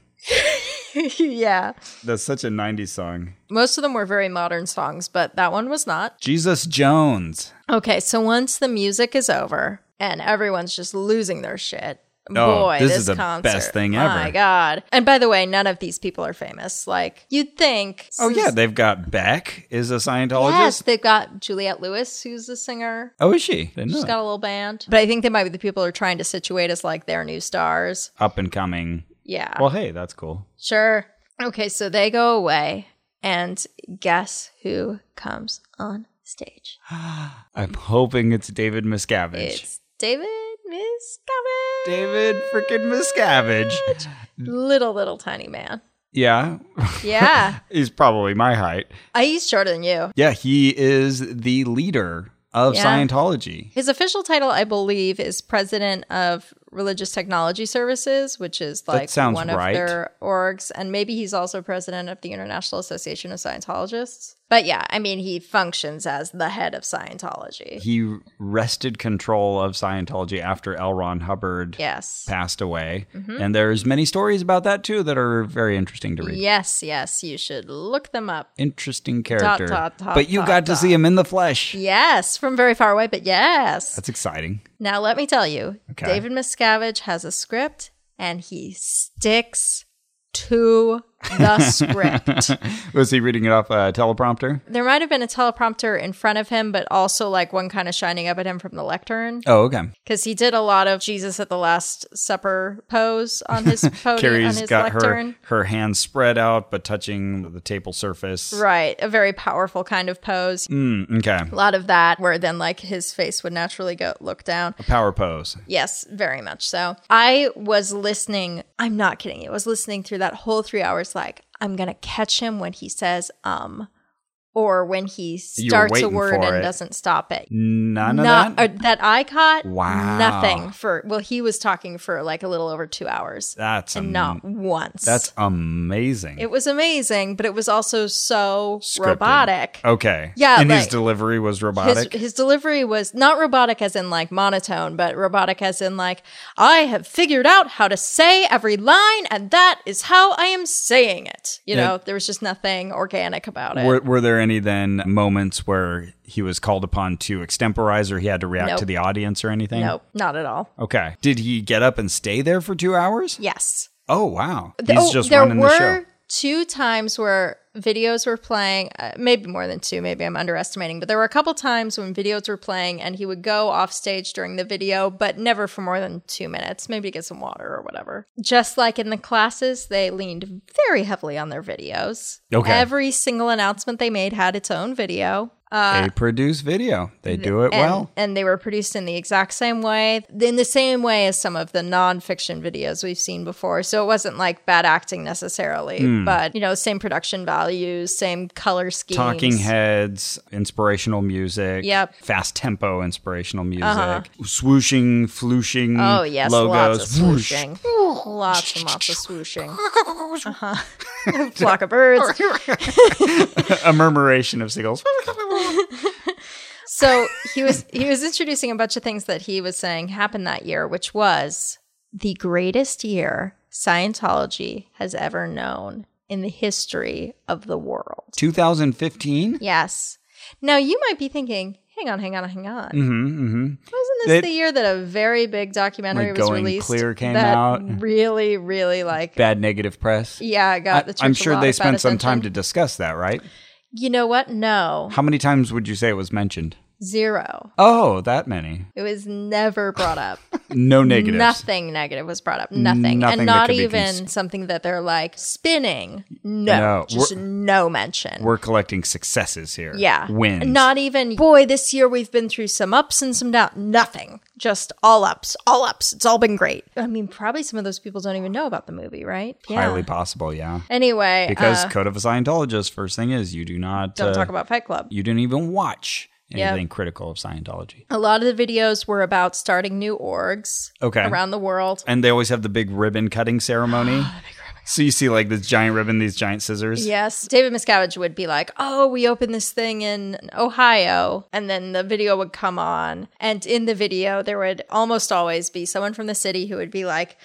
S5: yeah.
S2: That's such a 90s song.
S5: Most of them were very modern songs, but that one was not.
S2: Jesus Jones.
S5: Okay, so once the music is over and everyone's just losing their shit.
S2: Oh,
S5: Boy,
S2: this
S5: this,
S2: is the
S5: concert.
S2: best thing
S5: My
S2: ever.
S5: God. And by the way, none of these people are famous. Like, you'd think.
S2: Oh yeah,
S5: since-
S2: they've got Beck is a Scientologist.
S5: yes, they've got Juliette Lewis, who's a singer.
S2: Oh, is she? Didn't know
S5: She's
S2: that.
S5: got a little band. But I think they might be the people who are trying to situate as like their new stars.
S2: Up and coming.
S5: Yeah.
S2: Well, hey, that's cool.
S5: sure. Okay, so they go away. And guess who comes on stage?
S2: I'm hoping it's David Miscavige.
S5: It's David Miscavige.
S2: David freaking Miscavige.
S5: Little, little tiny man.
S2: Yeah,
S5: Yeah.
S2: he's probably my height.
S5: I, he's shorter than you.
S2: Yeah, he is the leader of
S5: Yeah.
S2: Scientology.
S5: His official title, I believe, is president of Religious Technology Services, which is like
S2: sounds
S5: one of
S2: right.
S5: their orgs. And maybe he's also president of the International Association of Scientologists. But yeah, I mean, he functions as the head of Scientology.
S2: He wrested control of Scientology after L. Ron Hubbard
S5: yes. Mm-hmm.
S2: passed away, and there's many stories about that too that are very interesting to read.
S5: Yes, yes. You should look them up.
S2: Interesting character,
S5: dot, dot,
S2: but you
S5: dot,
S2: got to
S5: dot.
S2: see him in the flesh.
S5: Yes, from very far away, but yes.
S2: That's exciting. <laughs>
S5: Now, let me tell you,
S2: Okay.
S5: David Miscavige has a script and he sticks to
S2: <laughs>
S5: the script.
S2: Was he reading it off a teleprompter?
S5: There might have been a teleprompter in front of him, but also like one kind of shining up at him from the lectern
S2: Oh, okay.
S5: because he did a lot of Jesus at the Last Supper pose on his
S2: <laughs>
S5: podi- on
S2: Carrie's
S5: his
S2: got
S5: lectern.
S2: her her hands spread out but touching the table surface.
S5: Right, a very powerful kind of pose.
S2: Mm, okay.
S5: A lot of that, where then like his face would naturally go look down.
S2: Power pose.
S5: Yes, very much so. I was listening. I'm not kidding. I was listening through that whole three hours. Like, I'm gonna catch him when he says um, or when he
S2: You were
S5: starts a
S2: waiting
S5: word
S2: for
S5: and
S2: it.
S5: doesn't stop it.
S2: None of
S5: Not
S2: that.
S5: or uh, that I caught.
S2: Wow.
S5: Nothing for. Well, he was talking for like a little over two hours,
S2: that's
S5: and
S2: am-
S5: not once.
S2: mm, that's amazing.
S5: it was amazing, but it was also so
S2: Scripted.
S5: robotic.
S2: okay.
S5: Yeah,
S2: And his
S5: like-
S2: delivery was robotic.
S5: His, his delivery was not robotic as in like monotone, but robotic as in like, I have figured out how to say every line, and that is how I am saying it. You
S2: Yeah.
S5: know, there was just nothing organic about it.
S2: were, were there any then moments where he was called upon to extemporize or he had to react
S5: Nope.
S2: to the audience or anything?
S5: nope, not at all.
S2: Okay. Did he get up and stay there for two hours?
S5: Yes.
S2: Oh, wow. He's
S5: Th- oh,
S2: just
S5: there
S2: running
S5: were
S2: the show.
S5: two times where videos were playing, uh, maybe more than two, maybe I'm underestimating, but there were a couple times when videos were playing and he would go off stage during the video, but never for more than two minutes, maybe to get some water or whatever. Just like in the classes, they leaned very heavily on their videos.
S2: Okay.
S5: Every single announcement they made had its own video. Uh,
S2: they produce video. They do it
S5: and,
S2: well.
S5: and they were produced in the exact same way, in the same way as some of the nonfiction videos we've seen before. So it wasn't like bad acting necessarily,
S2: Hmm.
S5: but you know, same production values, same color schemes.
S2: Talking heads, inspirational music.
S5: Yep. Uh-huh.
S2: Fast tempo inspirational music. Swooshing, flooshing
S5: Oh yes,
S2: logos.
S5: lots of
S2: Whoosh. <laughs>
S5: swooshing. Lots and lots of swooshing. Uh-huh. <laughs> Flock
S2: <laughs>
S5: of birds.
S6: a murmuration of seagulls.
S5: So he was he was introducing a bunch of things that he was saying happened that year, which was the greatest year Scientology has ever known in the history of the world.
S2: 2015?
S5: Yes. Now you might be thinking, hang on, hang on, hang on.
S2: Mm-hmm, hmm
S5: Wasn't this
S2: That-
S5: the year that a very big documentary
S2: Like
S5: was
S2: Going
S5: released?
S2: Clear came
S5: that
S2: out?
S5: Really, really like
S2: Bad negative press.
S5: yeah, got the.
S2: I, am
S5: church a
S2: sure
S5: lot
S2: they
S5: of bad
S2: spent some time to
S5: attention.
S2: discuss that, right?
S5: You know what? No,
S2: How many times would you say it was mentioned?
S5: zero.
S2: Oh, that many.
S5: It was never
S2: <laughs>
S5: brought up.
S2: No negatives.
S5: Nothing negative was brought up.
S2: Nothing
S5: Nothing,
S2: that
S5: and not
S2: could be
S5: even
S2: cons-
S5: something that they're like spinning. No,
S2: No,
S5: just
S2: we're-
S5: no mention.
S2: We're collecting successes here.
S5: yeah,
S2: Wins.
S5: Not even. Boy, this year we've been through some ups and some downs. Nothing. Just all ups, all ups. It's all been great. I mean, probably some of those people don't even know about the movie, right? Yeah.
S2: highly possible, yeah.
S5: Anyway,
S2: Because
S5: uh,
S2: Code of a Scientologist, first thing is you do not
S5: don't
S2: uh,
S5: talk about Fight Club.
S2: you didn't even watch
S5: Yeah.
S2: anything critical of Scientology.
S5: A lot of the videos were about starting new orgs
S2: Okay.
S5: around the world.
S2: And they always have the big ribbon cutting
S5: <gasps>
S2: ceremony. so you see like this giant ribbon, these giant scissors.
S5: Yes. David Miscavige would be like, oh, we opened this thing in Ohio. And then the video would come on. And in the video, there would almost always be someone from the city who would be like,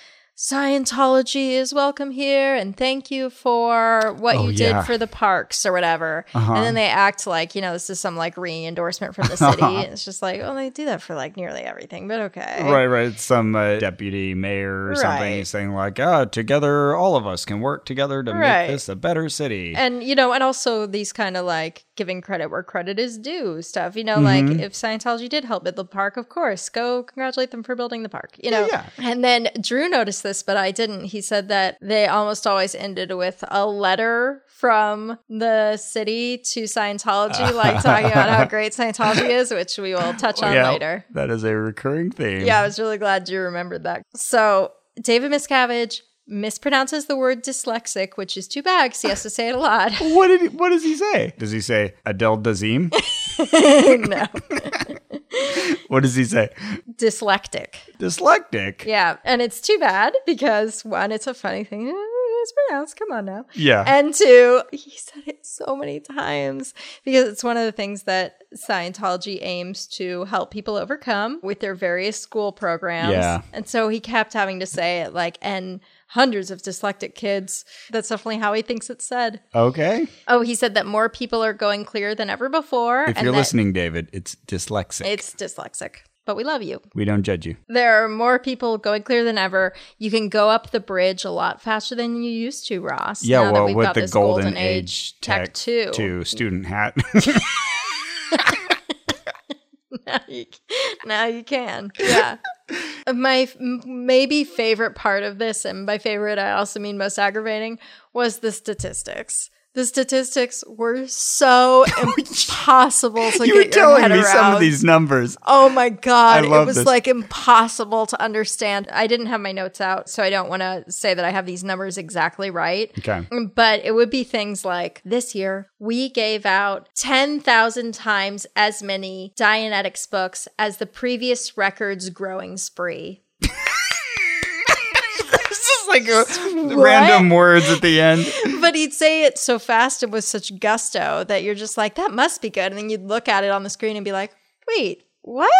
S5: Scientology is welcome here and thank you for what
S2: Oh,
S5: you did
S2: yeah. Uh-huh.
S5: for the parks or whatever. And then they act like, you know, this is some like re endorsement from the
S2: <laughs>
S5: city. it's just like, oh, they do that for like nearly everything, but okay.
S2: Right, right. Some uh, deputy mayor or something
S5: Right.
S2: is saying like, "Ah, together, all of us can work together to
S5: Right.
S2: make this a better city."
S5: and you know and also these kind of like giving credit where credit is due stuff you know
S2: Mm-hmm.
S5: like if scientology did help build the park of course go congratulate them for building the park you know
S2: yeah.
S5: and then drew noticed this but i didn't he said that they almost always ended with a letter from the city
S2: <laughs>
S5: to scientology like talking about how great scientology is which we will touch on
S2: Yeah,
S5: later
S2: that is a recurring theme.
S5: yeah, I was really glad you remembered that. So David Miscavige mispronounces the word dyslexic, which is too bad because he has to say it a lot.
S2: What did he, What does he say? Does he say Adele
S5: <laughs>
S2: Dazim?
S5: no,
S2: <laughs> what does he say?
S5: dyslectic.
S2: Dyslectic.
S5: Yeah, and it's too bad because one, it's a funny thing to mispronounce. Come on now.
S2: Yeah.
S5: And two, he said it so many times because it's one of the things that Scientology aims to help people overcome with their various school programs.
S2: Yeah.
S5: And so he kept having to say it like, and hundreds of dyslectic kids. That's definitely how he thinks it's said.
S2: okay.
S5: Oh, he said that more people are going clear than ever before.
S2: If
S5: and
S2: you're
S5: that
S2: listening, David, it's dyslexic.
S5: it's dyslexic, but we love you.
S2: we don't judge you.
S5: There are more people going clear than ever. You can go up the bridge a lot faster than you used to, Ross.
S2: Yeah,
S5: now that
S2: well,
S5: we've
S2: with
S5: got
S2: the
S5: this
S2: golden, age tech,
S5: too. <laughs>
S2: to student hat.
S5: now, you, now you can.
S2: <laughs>
S5: Yeah. my f- m- maybe favorite part of this, and by favorite, I also mean most aggravating, was the statistics. The statistics were
S2: <laughs>
S5: so impossible to
S2: <laughs> you
S5: get
S2: were
S5: your
S2: telling
S5: head
S2: me
S5: around.
S2: some of these numbers.
S5: Oh my
S2: <laughs>
S5: god,
S2: I love
S5: it was
S2: this.
S5: like impossible to understand. I didn't have my notes out, so I don't want to say that I have these numbers exactly right. <laughs>
S2: Okay.
S5: But it would be things like this year we gave out 10,000 times as many Dianetics books as the previous record's growing spree.
S2: It's just like a, <laughs> random words at the end.
S5: But he'd say it so fast and with such gusto that you're just like, that must be good. And then you'd look at it on the screen and be like, wait, what?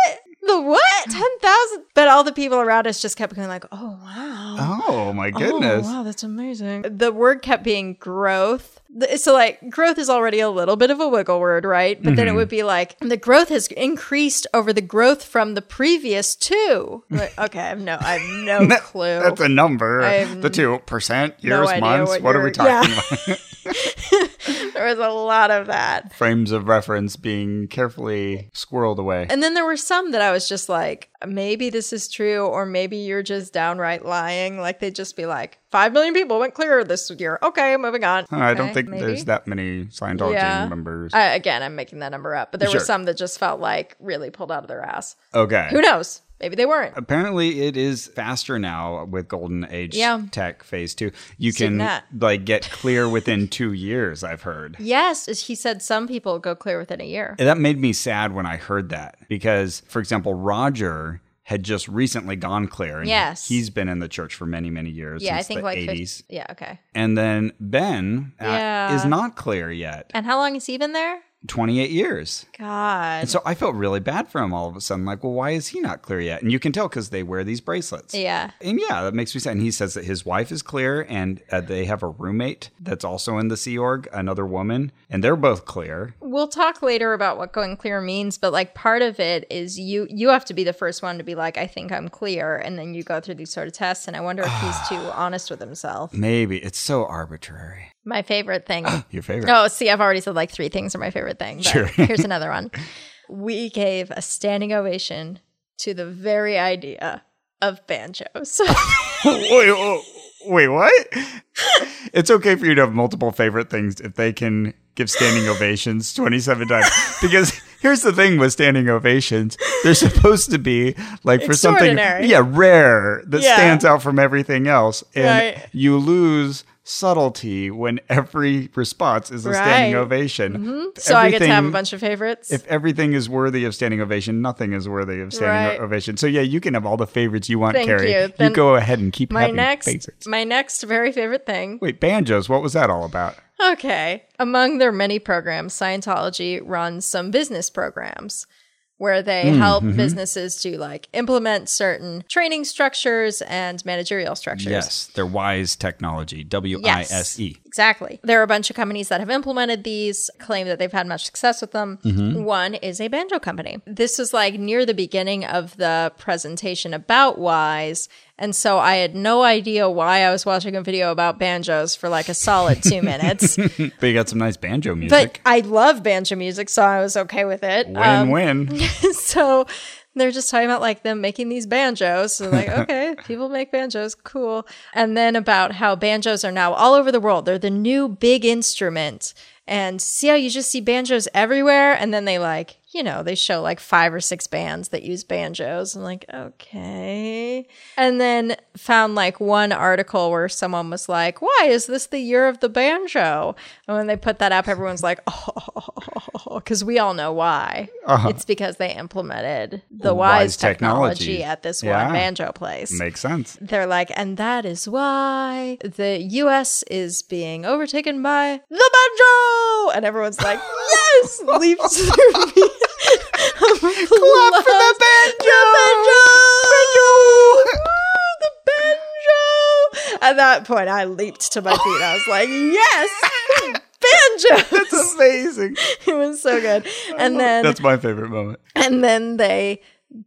S5: The what? <laughs> 10,000? But all the people around us just kept going like, oh, wow.
S2: <laughs> Oh my goodness.
S5: wow, that's amazing. The word kept being growth. Th- So, like, growth is already a little bit of a wiggle word, right? But
S2: Mm-hmm.
S5: then it would be like, the growth has increased over the growth from the previous two.
S2: <laughs>
S5: Like, okay, I have no, I have no clue.
S2: That's a number.
S5: have
S2: the two percent
S5: no
S2: years,
S5: idea
S2: months.
S5: what
S2: What, are we
S5: you're- yeah.
S2: talking
S5: <laughs>
S2: about?
S5: there was a lot of that.
S2: Frames of reference being carefully squirreled away.
S5: And then there were some that I was just like, maybe this is true, or maybe you're just downright lying. Like, they'd just be like, 5 million people went clear this year. Okay, moving on.
S2: Huh, I don't
S5: Okay,
S2: think
S5: maybe.
S2: there's that many Scientology
S5: Yeah.
S2: members.
S5: I, again, I'm making that number up, but there
S2: Sure.
S5: were some that just felt like really pulled out of their ass.
S2: okay.
S5: Who knows? Maybe they weren't.
S2: Um, Apparently, it is faster now with Golden Age
S5: Yeah.
S2: tech phase two. You
S5: Seen
S2: can
S5: that.
S2: like get clear within two years. I've heard.
S5: Yes, as he said some people go clear within a year.
S2: And that made me sad when I heard that because, for example, Roger had just recently gone clear. And
S5: Yes.
S2: He's been in the church for many, many years.
S5: Yeah, I
S2: since
S5: think
S2: the
S5: like 50
S2: 80s.
S5: yeah, okay.
S2: And then Ben uh,
S5: Yeah.
S2: is not clear yet.
S5: And how long has he been there?
S2: 28 years.
S5: God.
S2: And so I felt really bad for him all of a sudden. Like, well, why is he not clear yet? And you can tell because they wear these bracelets.
S5: yeah.
S2: And yeah, that makes me sad. And he says that his wife is clear and uh, they have a roommate that's also in the Sea Org, another woman, and they're both clear.
S5: We'll talk later about what going clear means, but like part of it is you you have to be the first one to be like, I think I'm clear, and then you go through these sort of tests. And I wonder
S2: <sighs>
S5: if he's too honest with himself.
S2: Maybe it's so arbitrary.
S5: My favorite thing.
S2: Your favorite.
S5: Oh, see, I've already said like three things are my favorite thing. But
S2: Sure. <laughs>
S5: here's another one. We gave a standing ovation to the very idea of banjos.
S2: wait,
S5: <laughs>
S2: whoa, wait, what? it's okay for you to have multiple favorite things if they can give standing ovations 27 times. Because here's the thing with standing ovations they're supposed to be like for something
S5: Extraordinary.
S2: yeah, rare that
S5: Yeah.
S2: stands out from everything else. And
S5: Right.
S2: you lose subtlety when every response is a standing
S5: Right. Mm-hmm.
S2: ovation. If
S5: so I get to have a
S2: everything-
S5: bunch of favorites.
S2: if everything is worthy of standing ovation, nothing is worthy of standing
S5: Right.
S2: ovation. So yeah, you can have all the favorites you want,
S5: Thank
S2: Carrie.
S5: you.
S2: You,
S5: Then
S2: go ahead and keep
S5: my
S2: having
S5: next
S2: favorites.
S5: my next very favorite thing
S2: Wait, banjos, what was that all about?
S5: Okay. Among their many programs, Scientology runs some business programs where they
S2: Mm,
S5: help
S2: mm-hmm.
S5: businesses to like implement certain training structures and managerial structures.
S2: they're Wise Technology, W
S5: Exactly. There are a bunch of companies that have implemented these, claim that they've had much success with them. One is a banjo company. This was like near the beginning of the presentation about Wise. And so I had no idea why I was watching a video about banjos for like a solid two minutes.
S2: But you got some nice banjo
S5: but
S2: music.
S5: I love banjo music, so I was okay with it. Um, <laughs>
S2: Win-win.
S5: so they're just talking about like them making these banjos. So like, okay, people make banjos, cool. And then about how banjos are now all over the world. They're the new big instrument. And see how you just see banjos everywhere. And then they like, you know, they show like five or six bands that use banjos. I'm like, okay. And then found like one article where someone was like, why is this the year of the banjo? And when they put that up, everyone's like, oh, because we all know why. It's because they implemented the
S2: Wise
S5: Uh-huh. wise, technology.
S2: technology.
S5: at this
S2: Yeah.
S5: one banjo place.
S2: Makes
S5: <laughs>
S2: sense.
S5: They're like, and that is why the US is being overtaken by the banjo. And everyone's like, yes, <laughs> leaps through me. Clap for the banjo. banjo. Ooh, the banjo. At that point, I leaped to my feet. I was like, <laughs> yes, banjo.
S2: That's amazing.
S5: <laughs> it was so good. And then
S2: That's my favorite moment.
S5: and then they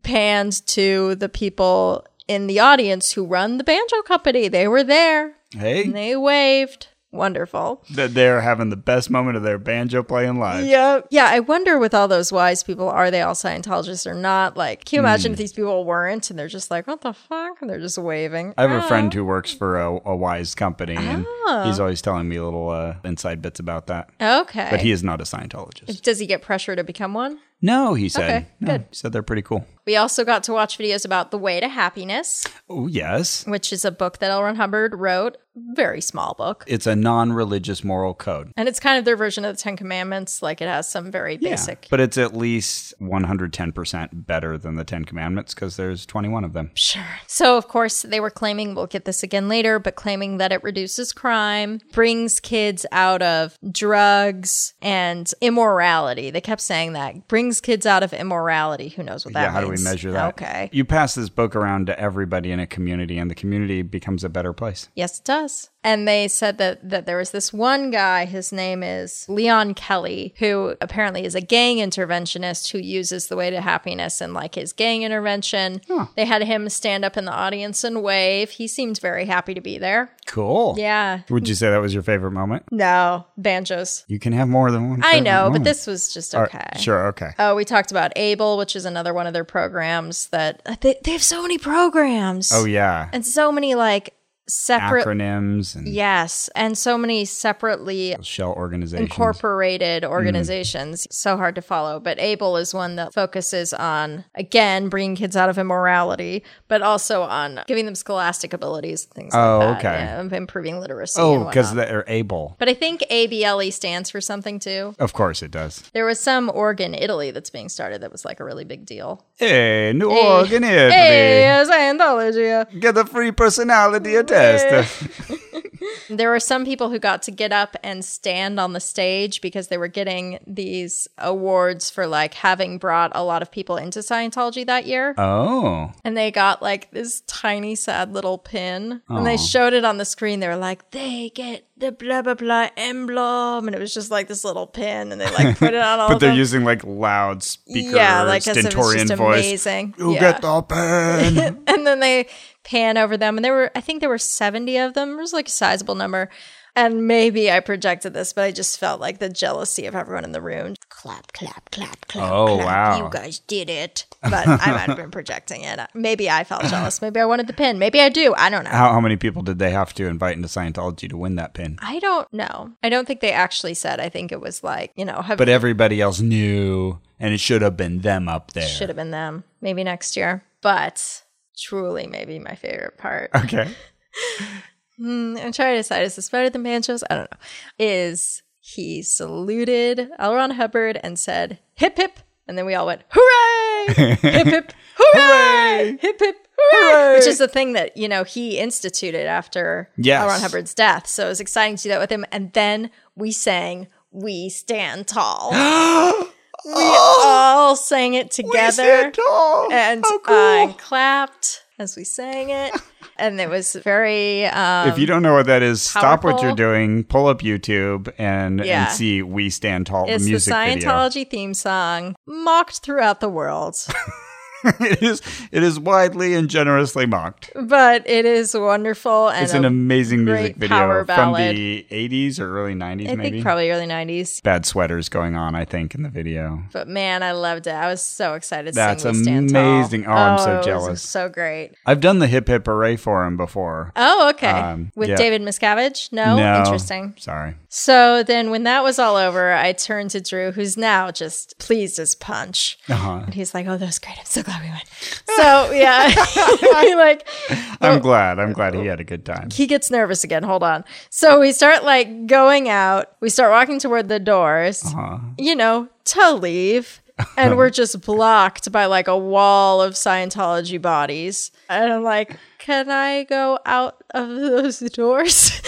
S5: panned to the people in the audience who run the banjo company. They were there.
S2: Hey,
S5: And they waved. Wonderful.
S2: that they're having the best moment of their banjo playing live.
S5: Yep. Yeah, I wonder with all those wise people, are they all Scientologists or not? Like, can you imagine
S2: Hmm.
S5: if these people weren't and they're just like, what the fuck? And they're just waving.
S2: I have a friend who works for a, a wise company, and
S5: Oh.
S2: he's always telling me little uh, inside bits about that.
S5: Okay.
S2: But he is not a Scientologist.
S5: Does he get pressure to become one?
S2: No, he said.
S5: Okay,
S2: No,
S5: good.
S2: He said they're pretty cool.
S5: We also got to watch videos about The Way to Happiness,
S2: Oh, yes.
S5: which is a book that L. Ron Hubbard wrote. Very small book.
S2: It's a non religious moral code.
S5: And it's kind of their version of the Ten Commandments. Like it has some very basic.
S2: But it's at least 110% better than the Ten Commandments because there's 21 of them.
S5: So, of course, they were claiming, we'll get this again later, but claiming that it reduces crime, brings kids out of drugs and immorality. They kept saying that brings kids out of immorality. Who knows what that
S2: yeah, how do we
S5: means?
S2: measure that?
S5: Okay.
S2: You pass this book around to everybody in a community, and the community becomes a better place.
S5: Yes, it does. And they said that that there was this one guy, his name is Leon Kelly, who apparently is a gang interventionist who uses the way to happiness and like his gang intervention. They had him stand up in the audience and wave. He seemed very happy to be there.
S2: Cool.
S5: Yeah.
S2: Would you say that was your favorite moment?
S5: No, banjos.
S2: You can have more than one.
S5: I
S2: favorite
S5: know, but
S2: moment.
S5: this was just
S2: All right,
S5: okay.
S2: Sure, okay.
S5: Oh, we talked about Able, which is another uh, one of their programs that they, they have so many programs.
S2: Oh, yeah.
S5: and so many like separate.
S7: acronyms and
S5: Yes, and so many separately
S7: shell organizations.
S5: incorporated organizations. So hard to follow. But ABLE is one that focuses on, again, bringing kids out of immorality, but also on giving them scholastic abilities, things
S7: Oh,
S5: like that.
S7: okay.
S5: yeah, and improving literacy.
S7: oh,
S5: because
S7: because they're able.
S5: But I think ABLE E stands for something too.
S7: Of course it does.
S5: There was some org in Italy that's being started that was like a really big deal.
S7: Hey, new
S5: Hey.
S7: organ Italy.
S5: Hey, Scientology.
S7: Get a free personality test.
S5: There were some people who got to get up and stand on the stage because they were getting these awards for like having brought a lot of people into Scientology that year.
S7: <laughs>
S2: Uh.
S7: oh.
S5: and they got like this tiny, sad little pin. And they showed it on the screen. They were like, they get the blah, blah, blah emblem. And it was just like this little pin. And they like put it
S2: <laughs>
S5: on all
S2: But
S5: of
S2: they're
S5: them.
S2: using like loud speaker,
S5: yeah, like as if it's
S2: stentorian
S5: just
S2: voice.
S5: amazing.
S7: You
S5: yeah.
S7: get the
S5: <laughs>
S7: pen.
S5: and then they pan over them. And there were, I think there were 70 of them. It was like a sizable number. And maybe I projected this, but I just felt like the jealousy of everyone in the room. Clap, clap, clap, clap.
S7: Oh,
S5: clap.
S7: wow.
S5: You guys
S7: <laughs>
S5: did it. But I might have been projecting it. Maybe I felt jealous. Maybe I wanted the pin. Maybe I do. I don't know.
S7: how, how many people did they have to invite into Scientology to win that pin?
S5: I don't know. I don't think they actually said. I think it was like, you know, have,
S7: But everybody else knew, and it should have been them up there.
S5: should have been them. Maybe next year. But truly, maybe my
S7: <laughs>
S5: favorite part.
S2: Okay.
S5: Mm, I'm trying to decide is this better than banjos? I don't know. Is he saluted L. Ron Hubbard and said, hip hip. And then we all went, <laughs> hooray! hip hip, hooray! hip hip, hooray! Which is the thing that, you know, he instituted after
S7: Yes.
S5: L. Ron Hubbard's death. So it was exciting to do that with him. And then we sang, We Stand <gasps> Tall. we Oh. all sang it together and uh, clapped as we sang it. <laughs> And it was very. Um,
S2: if you don't know what that is, stop what you're
S5: powerful.
S2: doing, pull up YouTube, and,
S5: Yeah.
S2: and see We Stand Tall,
S5: It's
S2: the
S5: the,
S2: music video.
S5: Scientology theme song, mocked throughout the world, <laughs>
S2: <laughs> it, is, it is widely and generously mocked.
S5: but it is wonderful and
S2: It's an amazing music
S5: great power
S2: video from
S5: ballad.
S2: the 80s or early 90s,
S5: I
S2: maybe.
S5: think probably early '90s.
S2: Bad sweaters going on, I think, in the video.
S5: But man, I loved it. I was so excited. to
S2: That's
S5: sing We Stand Tall.
S2: amazing. Oh, I'm so
S5: it was
S2: jealous.
S5: so great.
S2: I've done the hip hip hooray for him before.
S5: Oh, okay.
S2: Um,
S5: With
S2: yeah.
S5: David Miscavige? No?
S2: No.
S5: interesting.
S2: Sorry.
S5: So then, when that was all over, I turned to Drew, who's now just pleased as punch,
S2: Uh-huh.
S5: <laughs> and he's like, "Oh, that was great. I'm so glad we went." So yeah, <laughs> we like
S2: I'm glad. I'm glad he had a good time.
S5: he gets nervous again. Hold on. So we start like going out. We start walking toward the doors, you know, to leave. And we're just blocked by like a wall of Scientology bodies. And I'm like, can I go out of those doors?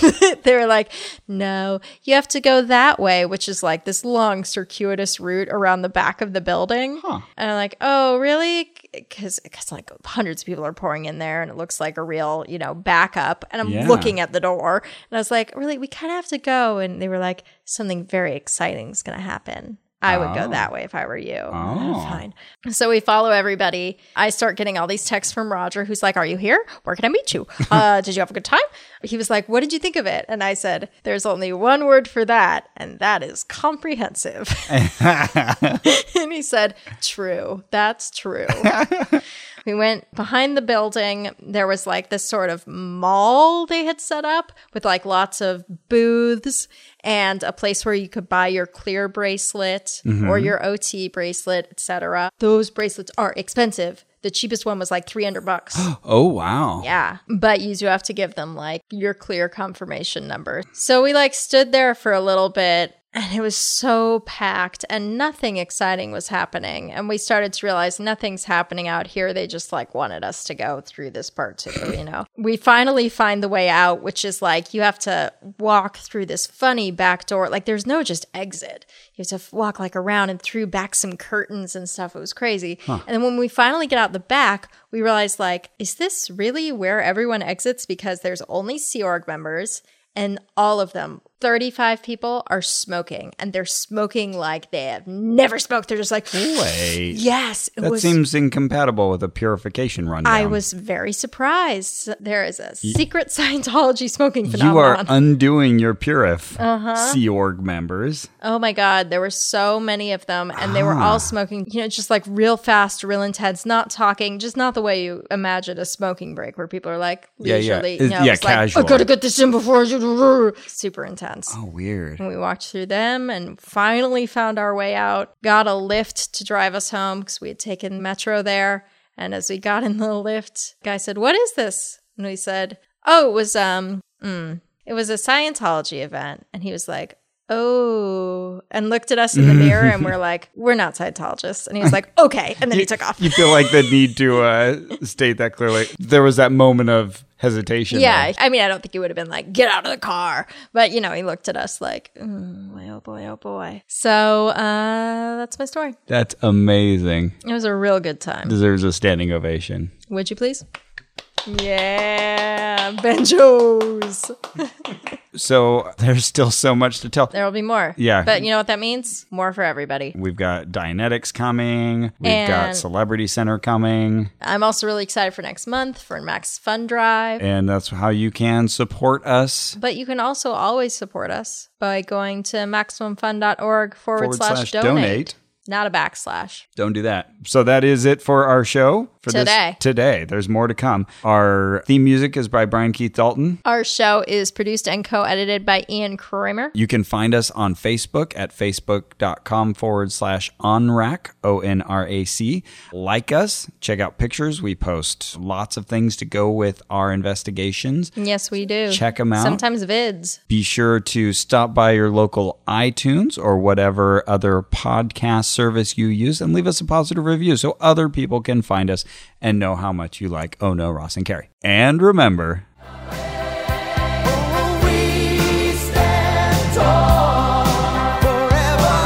S5: <laughs> they were like, no, you have to go that way, which is like this long circuitous route around the back of the building. And I'm like, oh, really? Because like hundreds of people are pouring in there, and it looks like a real, you know, backup. And I'm
S7: Yeah.
S5: looking at the door, and I was like, really, we kind of have to go. And they were like, something very exciting is going to happen. I would go that way if I were you. I'm like, <laughs> Fine. So we follow everybody. I start getting all these texts from Roger, who's like, Are you here? Where can I meet you? Uh, did you have a good time? He was like, What did you think of it? And I said, There's only one word for that, and that is comprehensive. <laughs> and he said, True. That's true. we went behind the building. There was like this sort of mall they had set up with like lots of booths and a place where you could buy your clear bracelet or your OT bracelet, etc. Those bracelets are expensive. The cheapest one was like 300 bucks.
S7: Oh, wow.
S5: Yeah. But you do have to give them like your clear confirmation number. So we like stood there for a little bit and it was so packed and nothing exciting was happening. And we started to realize nothing's happening out here. They just like wanted us to go through this part too, you know. We finally find the way out, which is like you have to walk through this funny back door. Like there's no just exit. You have to f- walk like around and through back some curtains and stuff. It was crazy. And then when we finally get out the back, we realize like, is this really where everyone exits? Because there's only Sea Org members and all of them 35 people are smoking and they're smoking like they have never smoked. They're just like,
S2: Wait.
S5: yes, it
S2: That
S5: was.
S2: seems incompatible with a purification rundown.
S5: I was very surprised. There is a secret <laughs> Scientology smoking
S2: You
S5: phenomenon.
S2: are undoing your purif,
S5: Uh-huh.
S2: Sea Org members.
S5: Oh my God, there were so many of them, and they were
S2: Ah.
S5: all smoking, you know, just like real fast, real intense, not talking, just not the way you imagine a smoking break where people are like
S2: Yeah, yeah.
S5: leisurely,
S2: It's-
S5: you know,
S2: yeah,
S5: it's like,
S2: casual.
S5: I gotta get this in before I do-" super intense.
S2: Oh, weird.
S5: And we walked through them and finally found our way out, got a lift to drive us home because we had taken Metro there. And as we got in the lift, guy said, What is this? And we said, Oh, it was um mm, it was a Scientology event. And he was like, Oh, and looked at us in the mirror
S2: <laughs>
S5: and we're like, We're not Scientologists. And he was like, Okay. And then he took off.
S2: You feel like the need to uh, state that clearly. There was that moment of hesitation.
S5: Yeah,
S2: there.
S5: I mean, I don't think he would have been like, "Get out of the car," but you know, he looked at us like, "Mm, "Boy, oh boy, oh boy." So uh, that's my story.
S2: That's amazing.
S5: It was a real good time.
S2: Deserves a standing ovation.
S5: Would you please? Yeah, banjos.
S2: So there's still so much to tell.
S5: There will be more.
S2: Yeah.
S5: But you know what that means? More for everybody.
S2: We've got Dianetics coming. We've got
S5: And-
S2: Celebrity Center coming.
S5: I'm also really excited for next month for Max Fun Drive.
S2: And that's how you can support us.
S5: But you can also always support us by going to maximumfun.org forward
S2: Forward
S5: slash
S2: slash
S5: donate.
S2: donate.
S5: Not a backslash.
S2: Don't do that. So that is it for our show for this-
S5: Today.
S2: today. There's more to come. Our theme music is by Brian Keith Dalton.
S5: Our show is produced and co edited by Ian Kramer.
S2: You can find us on Facebook at facebook.com forward slash onrac, O N R A C. Like us, check out pictures. We post lots of things to go with our investigations.
S5: Yes, we do.
S2: Check 'em out.
S5: Sometimes vids.
S2: Be sure to stop by your local iTunes or whatever other podcast service you use and leave us a positive review so other people can find us and know how much you like Oh No, Ross and Carrie. And remember,
S8: We stand tall forever.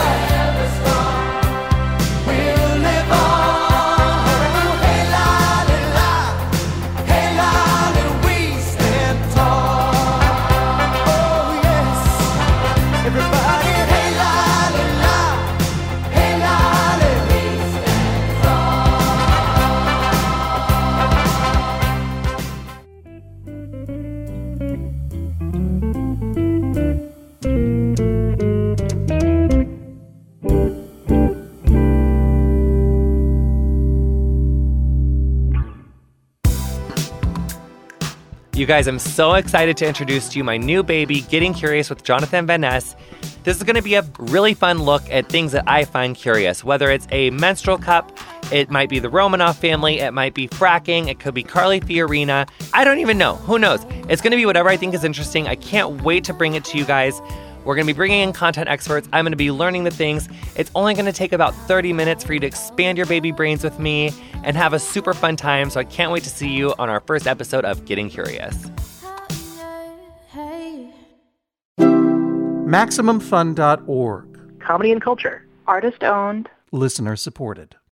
S8: We'll live on. Hey, la, la, hey, la, we stand tall. Oh yes, everybody. Hey, la, la, hey, la, we stand.
S9: You guys, I'm so excited to introduce to you my new baby, Getting Curious with Jonathan Van Ness. This is going to be a really fun look at things that I find curious, whether it's a menstrual cup, it might be the Romanoff family, it might be fracking, it could be Carly Fiorina. I don't even know. Who knows? It's going to be whatever I think is interesting. I can't wait to bring it to you guys. We're going to be bringing in content experts. I'm going to be learning the things. It's only going to take about 30 minutes for you to expand your baby brains with me and have a super fun time. So I can't wait to see you on our first episode of Getting Curious.
S10: MaximumFun.org.
S11: comedy and culture.
S12: Artist owned.
S10: Listener supported.